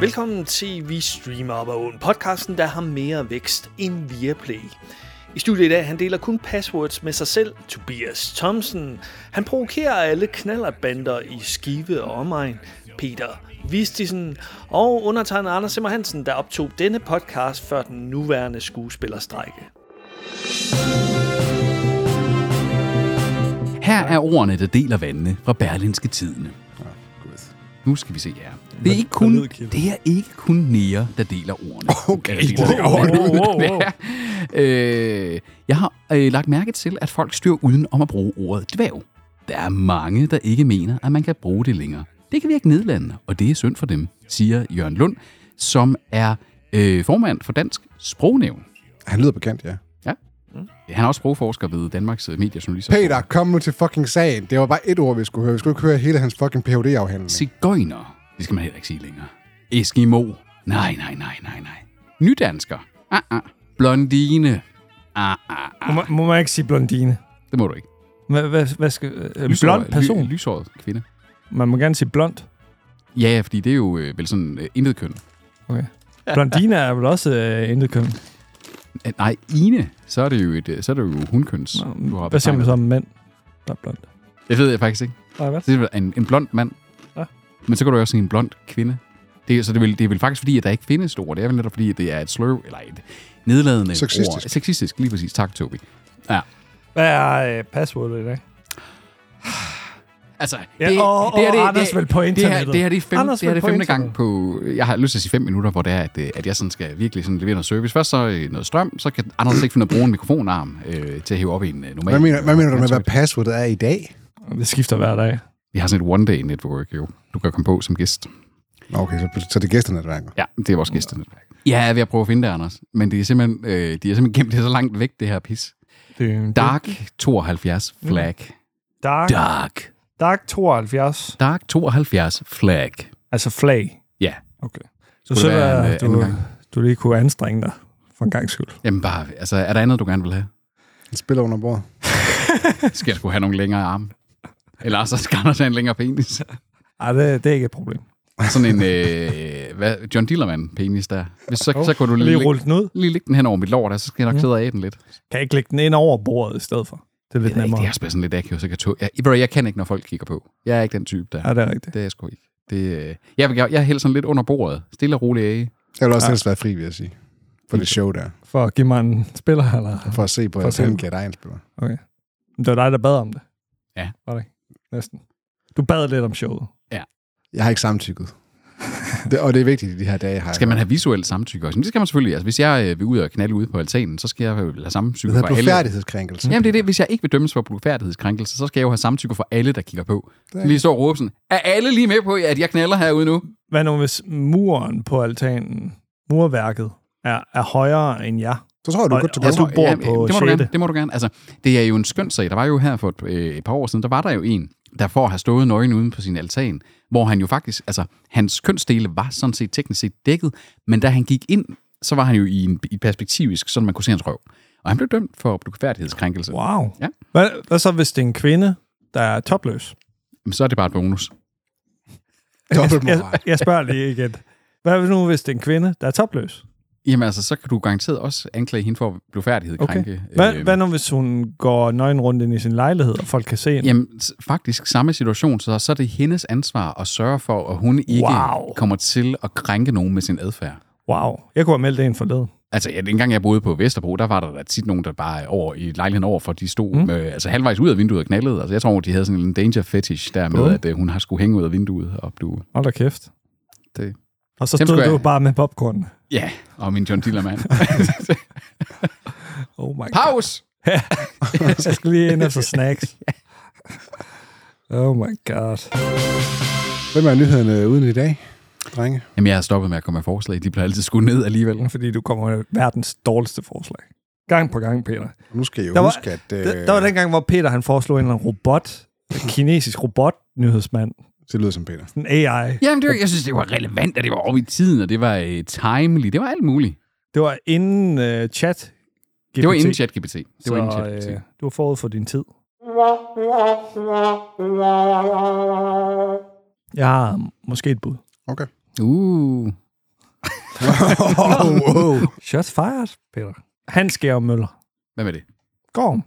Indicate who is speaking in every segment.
Speaker 1: Velkommen til Vi Streamer op ad åen, podcasten, der har mere vækst end Viaplay. I studiet i dag, han deler kun passwords med sig selv, Tobias Thomsen. Han provokerer alle knallerbander i Skive og omegn, Peter Vistisen og undertegnet Anders Simmer Hansen, der optog denne podcast før den nuværende skuespillerstrække.
Speaker 2: Her er ordene, der deler vandene fra Berlinske Tidene.
Speaker 3: Ah,
Speaker 2: Nu skal vi se jer. Det er ikke kun, det er ikke kun Nea, der deler ordene.
Speaker 3: Okay,
Speaker 2: Eller deler
Speaker 3: wow,
Speaker 2: ordene.
Speaker 1: wow, wow, wow.
Speaker 2: Ja. Øh, jeg har øh, lagt mærke til, at folk styrer uden om at bruge ordet dværg. Der er mange, der ikke mener, at man kan bruge det længere. Det kan virke nedlandende, og det er synd for dem, siger Jørgen Lund, som er øh, formand for Dansk Sprognævn.
Speaker 3: Han lyder bekendt, ja.
Speaker 2: Han er også sprogforsker ved Danmarks øh, Mediejournalister.
Speaker 3: Peter, kom nu til fucking sagen. Det var bare et ord, vi skulle høre. Vi skulle ikke høre hele hans fucking phd afhandling
Speaker 2: Sigøjner. Det skal man heller ikke sige længere. Eskimo. Nej, nej, nej, nej, nej. Nydansker. Ah, ah. Blondine. Ah, ah,
Speaker 4: Må
Speaker 2: ah.
Speaker 4: man, må man ikke sige blondine?
Speaker 2: Det må du ikke.
Speaker 4: Hvad, hvad, hvad skal... Øh, blond person?
Speaker 2: Ly, lyshåret kvinde.
Speaker 4: Man må gerne sige blond.
Speaker 2: Ja, ja, fordi det er jo øh, vel sådan øh, intet køn.
Speaker 4: Okay. Blondine er vel også øh, intet køn.
Speaker 2: Ah, nej, Ine, så er det jo, et, øh, så er det jo hundkøns. du har
Speaker 4: Hvad siger man
Speaker 2: betegnet.
Speaker 4: så om mænd, der er blond?
Speaker 2: Det ved jeg faktisk ikke.
Speaker 4: Nej, hvad?
Speaker 2: Så det er vel en, en blond mand.
Speaker 4: Ja.
Speaker 2: Men så kan du jo også sige en blond kvinde. Det, er- så det er, vel, det er vel faktisk fordi, at der ikke findes ord. Det er vel netop fordi, at det er et slur, eller et nedladende
Speaker 3: Sexistisk.
Speaker 2: ord. Sexistisk, lige præcis. Tak, Tobi.
Speaker 4: Hvad er øh, passwordet i dag?
Speaker 2: Altså,
Speaker 4: Ja, og- og Anders vil på
Speaker 2: det, her,
Speaker 4: internettet.
Speaker 2: det her det er fem,
Speaker 4: Anders
Speaker 2: det her,
Speaker 4: vil
Speaker 2: det er
Speaker 4: på
Speaker 2: femte gang på... Jeg har lyst til at sige fem minutter, hvor det er, at, øh, at jeg sådan skal virkelig sådan levere noget service. Først så øh, noget strøm, så kan Anders ikke finde at bruge en mikrofonarm øh, til at hæve op i en øh, normal...
Speaker 3: Hvad mener, hvad mener du med,
Speaker 2: headset.
Speaker 3: hvad passwordet er i dag?
Speaker 4: Det skifter hver dag.
Speaker 2: Vi har sådan et one-day-network, jo. Du kan komme på som gæst.
Speaker 3: Nå, Okay, så, så det er gæsternetværker.
Speaker 2: Ja, det er vores gæstenetværk. Ja, jeg er ved at prøve at finde det, Anders. Men det er simpelthen, øh, de er simpelthen gemt det så langt væk, det her pis.
Speaker 4: Det,
Speaker 2: Dark 72 flag.
Speaker 4: Mm. Dark,
Speaker 2: Dark.
Speaker 4: dark 72.
Speaker 2: Dark 72 flag.
Speaker 4: Altså flag.
Speaker 2: Ja.
Speaker 4: Okay. Så
Speaker 2: det
Speaker 4: så
Speaker 2: være en, øh,
Speaker 4: er
Speaker 2: anden
Speaker 4: du,
Speaker 2: gang?
Speaker 4: du lige kunne anstrenge dig for en gang skyld.
Speaker 2: Jamen bare, altså, er der andet, du gerne vil have?
Speaker 3: Han spiller under bordet.
Speaker 2: Skal jeg sgu have nogle længere arme? Eller så skal Anders have en længere penis.
Speaker 4: Ej, det, det er ikke et problem.
Speaker 2: Sådan en øh, hvad, John Dillermand-penis der. Hvis så, oh, så kunne du lige,
Speaker 4: Lige
Speaker 2: lige,
Speaker 4: rulle den ud.
Speaker 2: lige lægge den hen over mit lår, der, så skal jeg nok
Speaker 4: Ja.
Speaker 2: sidde af den lidt.
Speaker 4: Kan jeg ikke lægge den ind over bordet i stedet for? Det er
Speaker 2: Det
Speaker 4: lidt
Speaker 2: er, ikke,
Speaker 4: nemmere.
Speaker 2: det er også sådan lidt akavet, så jeg kan to- jeg, ved du, jeg kan ikke, når folk kigger på. Jeg er ikke den type der.
Speaker 4: Ja, det er rigtigt.
Speaker 2: Det er jeg sgu ikke. Det, øh, jeg, vil- jeg, jeg hælder sådan lidt under bordet. Stille og roligt af.
Speaker 3: Jeg vil også
Speaker 4: Ja.
Speaker 3: helst være fri, vil jeg sige. For det show der.
Speaker 4: For at give mig en spiller, eller?
Speaker 3: For at se på,
Speaker 4: For
Speaker 3: at
Speaker 4: at se-
Speaker 3: han glæder dig en spiller.
Speaker 4: Okay. Men Det var dig, der bad om det.
Speaker 2: Ja.
Speaker 4: Var det ikke? Næsten. Du bad lidt om showet.
Speaker 3: Jeg har ikke samtykket. Det, og det er vigtigt i de her dage, har jeg.
Speaker 2: Skal man have visuelt samtykke også? Men det skal man selvfølgelig. Altså, hvis jeg øh, vil ud og knalde ude på altanen, så skal jeg jo have
Speaker 3: det
Speaker 2: samtykke
Speaker 3: hedder
Speaker 2: for alle.
Speaker 3: blodfærdighedskrænkelse.
Speaker 2: Jamen det er det, hvis jeg ikke vil dømmes for blodfærdighedskrænkelse, så skal jeg jo have samtykke for alle, der kigger på.
Speaker 3: er-
Speaker 2: Lige så og råbe sådan, er alle lige med på, at jeg knaller herude nu?
Speaker 4: Hvad nu, hvis muren på altanen, murværket, er, er højere end jer?
Speaker 3: Så tror jeg, du er
Speaker 4: Og-
Speaker 3: godt til
Speaker 4: og
Speaker 3: det.
Speaker 4: du bor på
Speaker 2: det må du gerne,
Speaker 4: sjette.
Speaker 2: det må du gerne. Altså, det er jo en skøn sag. Der var jo her for et, øh, et par år siden, der var der jo en, der for at have stået nøgen uden på sin altan, hvor han jo faktisk, altså hans kønsdele var sådan set teknisk set dækket, men da han gik ind, så var han jo i, en, i et perspektivisk, sådan man kunne se hans røv. Og han blev dømt for blufærdighedskrænkelse. Wow.
Speaker 4: Wow.
Speaker 2: Ja.
Speaker 4: Hvad, hvad så, hvis det er en kvinde, der er topløs?
Speaker 2: Så er det bare et bonus.
Speaker 3: Dobbeltmoral.
Speaker 4: Jeg, jeg spørger lige igen. Hvad nu, hvis det er en kvinde, der er topløs?
Speaker 2: Jamen altså, så kan du garanteret også anklage hende for blufærdighed
Speaker 4: Okay.
Speaker 2: krænke.
Speaker 4: Hvad,
Speaker 2: Øhm,
Speaker 4: hvad nu, hvis hun går nøgen rundt ind i sin lejlighed, og folk kan se hende?
Speaker 2: Jamen, s- faktisk samme situation, så, så er det hendes ansvar at sørge for, at hun ikke
Speaker 4: Wow.
Speaker 2: kommer til at krænke nogen med sin adfærd.
Speaker 4: Wow. Jeg kunne have meldt en forleden.
Speaker 2: Altså, ja, dengang jeg boede på Vesterbro, der var der da tit nogen, der bare over i lejligheden over, for de stod mm. med, altså halvvejs ud af vinduet og knaldede. Altså, jeg tror, de havde sådan en danger fetish der med,
Speaker 4: Åh.
Speaker 2: at øh, hun har skulle hænge ud af vinduet og blive...
Speaker 4: Hold da kæft.
Speaker 2: Det-
Speaker 4: Og så
Speaker 2: Dem
Speaker 4: stod
Speaker 2: skulle
Speaker 4: du
Speaker 2: jeg-
Speaker 4: bare med popcorn.
Speaker 2: Ja, og min John Dillermand.
Speaker 4: Oh my god.
Speaker 2: Paus!
Speaker 4: Jeg skal lige ind efter snacks. Oh my god.
Speaker 3: Hvem er nyhederne uden i dag, drenge?
Speaker 2: Jamen, jeg har stoppet med at komme med forslag. De bliver altid skudt ned alligevel.
Speaker 4: fordi du kommer med verdens dårligste forslag. Gang på gang, Peter.
Speaker 3: Nu skal I jo
Speaker 4: Der var-
Speaker 3: huske, at... Øh,
Speaker 4: Der, der var den gang, hvor Peter han foreslog en eller anden robot, en kinesisk robot-nyhedsmand,
Speaker 3: Det lyder som Peter.
Speaker 4: en AI.
Speaker 2: Jamen, det var, jeg synes, det var relevant, og det var over i tiden, og det var øh, timely. Det var alt muligt.
Speaker 4: Det var inden uh, chat. GPT.
Speaker 2: Det var inden ChatGPT. Det var inden
Speaker 4: Så, øh,
Speaker 2: ChatGPT.
Speaker 4: du var forud for din tid. Jeg har måske et bud.
Speaker 3: Okay.
Speaker 2: Uh,
Speaker 3: wow, Oh, wow.
Speaker 4: Shots fired, Peter. Hans Georg Møller.
Speaker 2: Hvad med det?
Speaker 4: Gorm.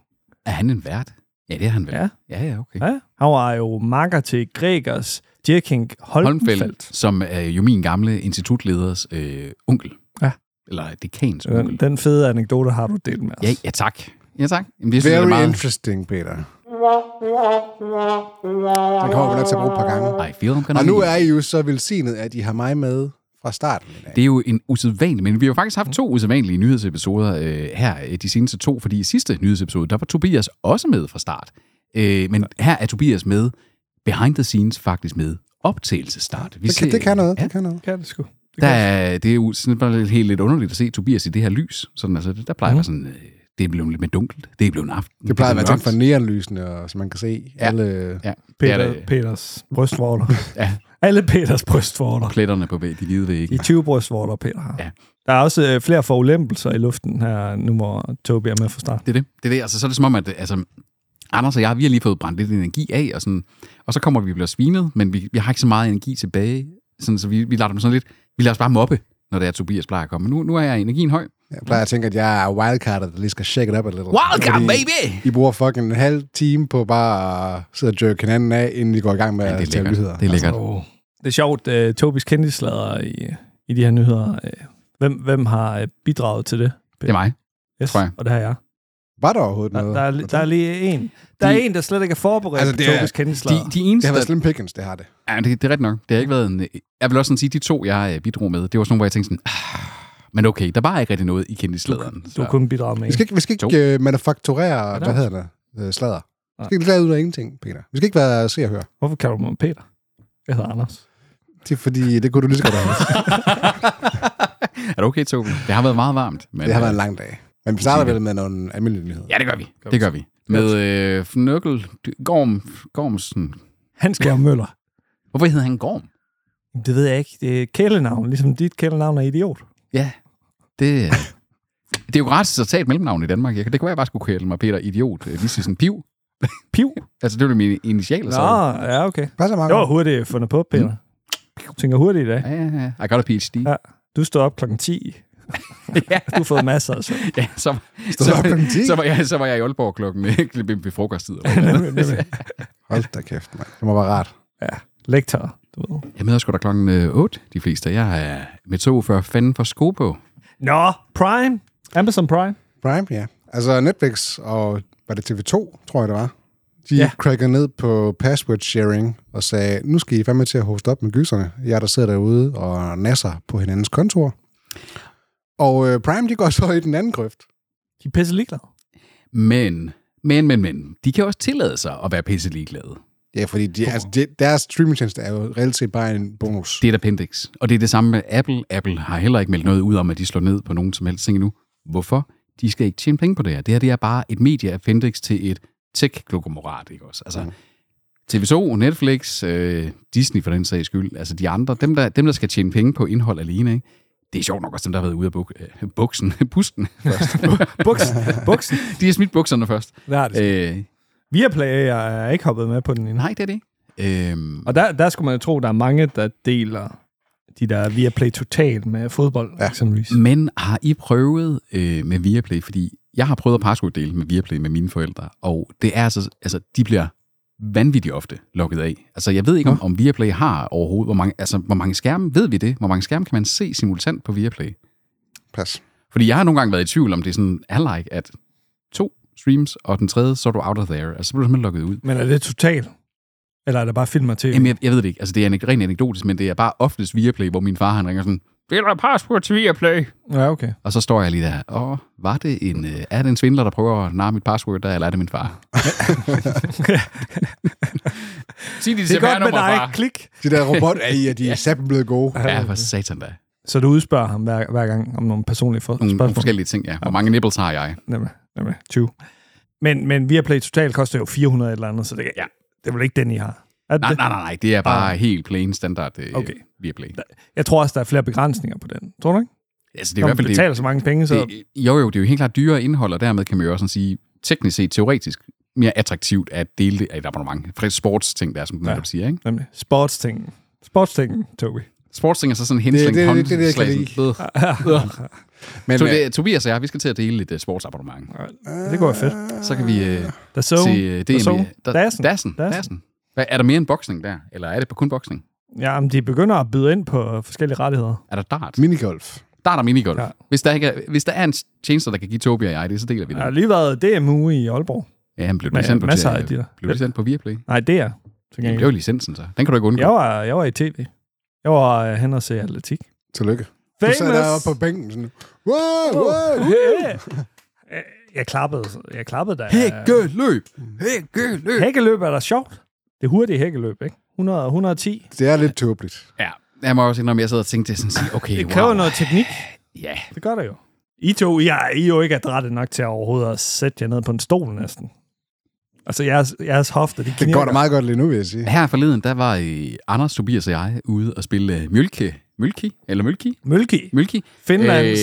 Speaker 2: Er han en vært? Ja, det er han vel.
Speaker 4: Ja.
Speaker 2: ja, ja okay.
Speaker 4: Ja, han var jo makker til Gregers Dirkink Holmfeldt.
Speaker 2: Holmfeldt, som er jo min gamle institutleders øh, onkel.
Speaker 4: Ja.
Speaker 2: Eller dekans onkel.
Speaker 4: Den, Øh, den fede anekdote har du delt med os.
Speaker 2: Ja, ja tak. Ja tak. Jamen, det synes jeg er
Speaker 3: Very
Speaker 2: meget...
Speaker 3: interesting, Peter. Den kommer vi nok til at bruge et par gange.
Speaker 2: I feel I'm gonna
Speaker 3: Og nu
Speaker 2: leave.
Speaker 3: er I jo så velsignet, at I har mig med fra starten i dag.
Speaker 2: Det er jo en usædvanlig, men vi har jo faktisk haft to usædvanlige nyhedsepisoder øh, her, øh, de seneste to, fordi i sidste nyhedsepisode, der var Tobias også med fra start. Øh, men her er Tobias med behind the scenes faktisk med op til start. Vi
Speaker 3: Det kan, det kan noget, det kan noget.
Speaker 4: kan det sgu. Det
Speaker 2: Der
Speaker 4: kan
Speaker 2: er, det er jo sådan bare lidt- helt lidt underligt at se Tobias i det her lys. Sådan, altså, der plejer mm. sådan, øh, det er blevet lidt mere dunkelt, det er blevet en aften.
Speaker 3: Det plejer at være tændt
Speaker 2: blevet
Speaker 3: for
Speaker 2: mørkt.
Speaker 3: neonlysene, og så man kan se
Speaker 2: Ja.
Speaker 3: ja. alle...
Speaker 2: Ja, det er
Speaker 4: Peter,
Speaker 2: det.
Speaker 4: Peters brystvorter.
Speaker 2: Ja.
Speaker 4: Alle Peters brystvorter.
Speaker 2: Pletterne på væg, de hvide vægge.
Speaker 4: De 20 brystvorter, Peter har.
Speaker 2: Ja.
Speaker 4: Der er også øh, flere forulempelser i luften her, nu hvor Tobi er med fra start.
Speaker 2: Det er det. Det er det. Altså, så er det som om, at altså, Anders og jeg, vi har lige fået brændt lidt energi af, og, sådan, og så kommer vi og bliver svinet, men vi, vi har ikke så meget energi tilbage. Sådan, så vi, vi lader dem sådan lidt, vi lader os bare mobbe, når det er, Tobias plejer at komme. Men nu, nu er jeg energien høj.
Speaker 3: Jeg plejer at tænke, at jeg er wildcardet, der lige skal shake it up a little.
Speaker 2: Wildcard,
Speaker 3: Fordi
Speaker 2: baby!
Speaker 3: I bruger fucking en halv time på bare at sidde og jerke hinanden af, inden I går i gang med
Speaker 2: Ja,
Speaker 3: at
Speaker 2: det er
Speaker 3: tale nyheder.
Speaker 2: lækkert. Det er lækkert.
Speaker 4: Oh. Det er sjovt, uh, Tobis kendtislader i, i de her nyheder. øh, Hvem, hvem har øh, bidraget til det?
Speaker 2: Det er mig.
Speaker 4: Yes,
Speaker 2: tror jeg.
Speaker 4: Og det har jeg.
Speaker 3: Var der overhovedet
Speaker 4: Der,
Speaker 3: noget?
Speaker 4: der, er, li- der er lige en. Der er en, der slet ikke er forberedt
Speaker 3: Altså,
Speaker 4: altså, på
Speaker 3: det er-
Speaker 4: Tobis kendtislader.
Speaker 2: De,
Speaker 4: De,
Speaker 2: de
Speaker 3: det
Speaker 2: eneste,
Speaker 3: har været
Speaker 2: der,
Speaker 3: Slim Pickens, det har det.
Speaker 2: ja, det, det er ret nok. Det har ikke været en, jeg vil også sådan sige, de to, jeg øh, bidrog med, det var sådan nogle, hvor jeg tænkte sådan, ah, men okay, der var ikke rigtig noget i kendtislederen.
Speaker 4: du
Speaker 2: Så.
Speaker 4: kunne bidrage med
Speaker 3: Vi skal ikke, vi skal ikke uh, manufakturere, hvad hedder det, uh, sladder. Vi skal ikke lade ud af ingenting, Peter. Vi skal ikke være se og høre.
Speaker 4: en. Hvorfor kalder du mig Peter? Jeg hedder Anders.
Speaker 3: Det er fordi, det kunne du lige så godt have.
Speaker 2: Er det okay, Tobi? Det har været meget varmt. Men,
Speaker 3: Det har været
Speaker 2: øh,
Speaker 3: en lang dag. Men vi starter vel med nogle almindelige nyheder.
Speaker 2: Ja, det gør vi. Det gør vi. Med øh, Fnøkkel Gorm, Gormsen.
Speaker 4: Hans Georg Møller.
Speaker 2: Hvorfor hedder han Gorm?
Speaker 4: Det ved jeg ikke. Det er kælenavn, ligesom dit kælenavn er idiot.
Speaker 2: Ja, det, øh, det er jo gratis at tage et mellemnavn i Danmark. Jeg, det kunne være, jeg bare skulle kalde mig Peter Idiot. Øh, Vi siger sådan piv.
Speaker 4: Piv?
Speaker 2: Altså, det var jo mine initialer.
Speaker 4: Nå,
Speaker 2: Så.
Speaker 4: ja, okay.
Speaker 3: Passer meget
Speaker 4: Det var
Speaker 3: godt.
Speaker 4: hurtigt fundet på, Peter. Jeg tænker hurtigt i dag.
Speaker 2: Ja, ja, ja. I got a PhD.
Speaker 4: Ja. Du stod op klokken 10.
Speaker 2: Ja.
Speaker 4: Du har fået masser af søvn.
Speaker 2: ja så, så,
Speaker 3: du op klokken ti?
Speaker 2: så, var jeg, så var jeg i Aalborg klokken ved, ved frokosttid. Jeg
Speaker 3: Hold da kæft, mand. Det må være rart.
Speaker 4: Lektor, du ved.
Speaker 2: møder sgu da klokken øh, 8, de fleste. Jeg er med tog før fanden for sko på.
Speaker 4: Nå, Prime. Amazon Prime.
Speaker 3: Prime, ja. Altså Netflix og var det TV2, tror jeg det var, de
Speaker 4: Ja.
Speaker 3: ja. crackede ned på password sharing og sagde, nu skal I fandme til at hoste op med gyserne. Jeg der sidder derude og nasser på hinandens kontor. Og øh, Prime, de går så i den anden grøft.
Speaker 4: De er pisse ligeglade.
Speaker 2: Men, men, men, men, de kan også tillade sig at være pisse ligeglade.
Speaker 3: Ja, fordi de, altså, de, deres streamingtjeneste er jo reelt set bare en bonus.
Speaker 2: Det er et appendix. Og det er det samme med Apple. Apple har heller ikke meldt noget ud om, at de slår ned på nogen som helst ting endnu. Hvorfor? De skal ikke tjene penge på det her. Det her det er bare et medieappendix til et tech-glokomorat, ikke også? Altså, TV2, Netflix, øh, Disney for den sags skyld, altså de andre, dem der, dem der skal tjene penge på indhold alene, ikke? det er sjovt nok også dem, der har været ude af buk, øh, buksen, busten først.
Speaker 4: Buksen. Buksen.
Speaker 2: de har smidt bukserne først.
Speaker 4: Der er det.
Speaker 2: Øh,
Speaker 4: Viaplay jeg er ikke hoppet med på den endnu.
Speaker 2: nej, det er det ikke. Øhm,
Speaker 4: Og der, der skulle man jo tro, der er mange, der deler de der Viaplay Total med fodbold, ja. eksempelvis.
Speaker 2: Men har I prøvet øh, med Viaplay? Fordi jeg har prøvet at passworddele med Viaplay med mine forældre, og det er altså, altså de bliver vanvittigt ofte lukket af. Altså, jeg ved ikke, om, om Viaplay har overhovedet, hvor mange, altså, hvor mange skærme, ved vi det? Hvor mange skærme kan man se simultant på Viaplay?
Speaker 3: Pas.
Speaker 2: Fordi jeg har nogle gange været i tvivl, om det sådan er like, at to streams, og den tredje, så er du out of there. Altså, så bliver du simpelthen lukket ud.
Speaker 4: Men er det total? Eller er det bare film og tv?
Speaker 2: Jamen, jeg, jeg ved det ikke. Altså, det er en, rent anekdotisk, men det er bare oftest Viaplay, hvor min far, han ringer sådan, det er der password til Viaplay.
Speaker 4: Ja, okay.
Speaker 2: Og så står jeg lige der, åh, var det en, øh, er det en svindler, der prøver at narre mit password der, eller er det min far? Sig dit
Speaker 4: Det er godt med
Speaker 2: CPR-nummer,
Speaker 4: dig.
Speaker 2: far.
Speaker 4: Klik.
Speaker 3: De der robot AI, at de er sammen blevet gode.
Speaker 2: Ja, for satan da.
Speaker 4: Så du udspørger ham hver, hver gang om nogle personlige for-
Speaker 2: Nogle, nogle
Speaker 4: spørgsmål.
Speaker 2: forskellige ting, ja. Hvor mange nipples har jeg?
Speaker 4: Nemlig, nemlig. 20. Men, men Viaplay Total koster jo 400 eller andet, så det, ja. det er vel ikke den, I har. Er
Speaker 2: Nej,
Speaker 4: det-
Speaker 2: nej, nej, nej. Det er bare helt plain standard øh,
Speaker 4: Okay.
Speaker 2: okay. Viaplay.
Speaker 4: Jeg tror også, der er flere begrænsninger på den. Tror du ikke?
Speaker 2: Altså, det
Speaker 4: Det
Speaker 2: er i hvert fald...
Speaker 4: betaler så mange penge, så...
Speaker 2: det, det, jo, jo, det er jo helt klart dyrere indhold, og dermed kan man jo også sådan sige, teknisk set, teoretisk, mere attraktivt at dele det af et abonnement. For det er sportsting, der er, som du
Speaker 4: Ja.
Speaker 2: ja. siger, ikke?
Speaker 4: Nemlig. Sportstingen. Sportstingen, Tobi.
Speaker 2: Sportsting er så sådan
Speaker 3: det-
Speaker 2: henslængt
Speaker 3: det- det- det- det- det-
Speaker 2: håndslag.
Speaker 3: det- det-
Speaker 2: sådan,
Speaker 3: Men,
Speaker 2: Så
Speaker 3: øh,
Speaker 2: det, Tobias og jeg, vi skal til at dele et øh, sportsabonnement.
Speaker 4: Det går fedt.
Speaker 2: Så kan vi øh,
Speaker 4: Der så
Speaker 2: se øh,
Speaker 4: der Ah. så-
Speaker 2: DM. Da- Dassen.
Speaker 4: Dassen. Dassen.
Speaker 2: Dassen. Hvad, er der mere end boksning der? Eller er det kun boksning?
Speaker 4: Ja, men de begynder at byde ind på forskellige rettigheder.
Speaker 2: Er der dart?
Speaker 3: minigolf.
Speaker 2: Der er der minigolf. Ja.
Speaker 4: Ja.
Speaker 2: Hvis, der ikke er, hvis der er en tjenester, der kan give Tobi og jeg det, så deler vi
Speaker 4: Der har
Speaker 2: det.
Speaker 4: lige været DMU i Aalborg.
Speaker 2: Ja, han blev
Speaker 4: Men-
Speaker 2: lige sendt på,
Speaker 4: masser
Speaker 2: til-
Speaker 4: af de der.
Speaker 2: blev lige sendt på Viaplay.
Speaker 4: Nej, det er. Til
Speaker 2: Jamen,
Speaker 4: gengæld.
Speaker 2: det var licensen, så. Den kan du ikke undgå.
Speaker 4: Jeg var, jeg var i tv. Jeg var øh, hen og se atletik.
Speaker 3: Tillykke. Du sad deroppe på bænken sådan, wow, wow.
Speaker 4: Øh, jeg klappede, jeg klappede da.
Speaker 2: Hækkeløb! Hækkeløb!
Speaker 4: Hækkeløb er da sjovt. Det hurtige hækkeløb, ikke? 100, 110.
Speaker 3: Det er lidt tåbeligt.
Speaker 2: Ja, jeg må også indrømme, jeg sad og tænkte sådan sige, okay,
Speaker 4: Det kræver
Speaker 2: wow.
Speaker 4: noget teknik.
Speaker 2: Ja,
Speaker 4: Det gør det jo. I to, I er, I er jo ikke adrette nok til at overhovedet at sætte jer ned på en stol næsten. Altså, jeres, jeres hofter, de
Speaker 3: Det
Speaker 4: knirker.
Speaker 3: går da meget godt lige nu, vil jeg sige.
Speaker 2: her forleden, der var øh, Anders, Tobias og jeg ude og spille øh, Mølke. Mølke? Eller Mølke?
Speaker 4: Mølki.
Speaker 2: Mølke.
Speaker 4: Finlands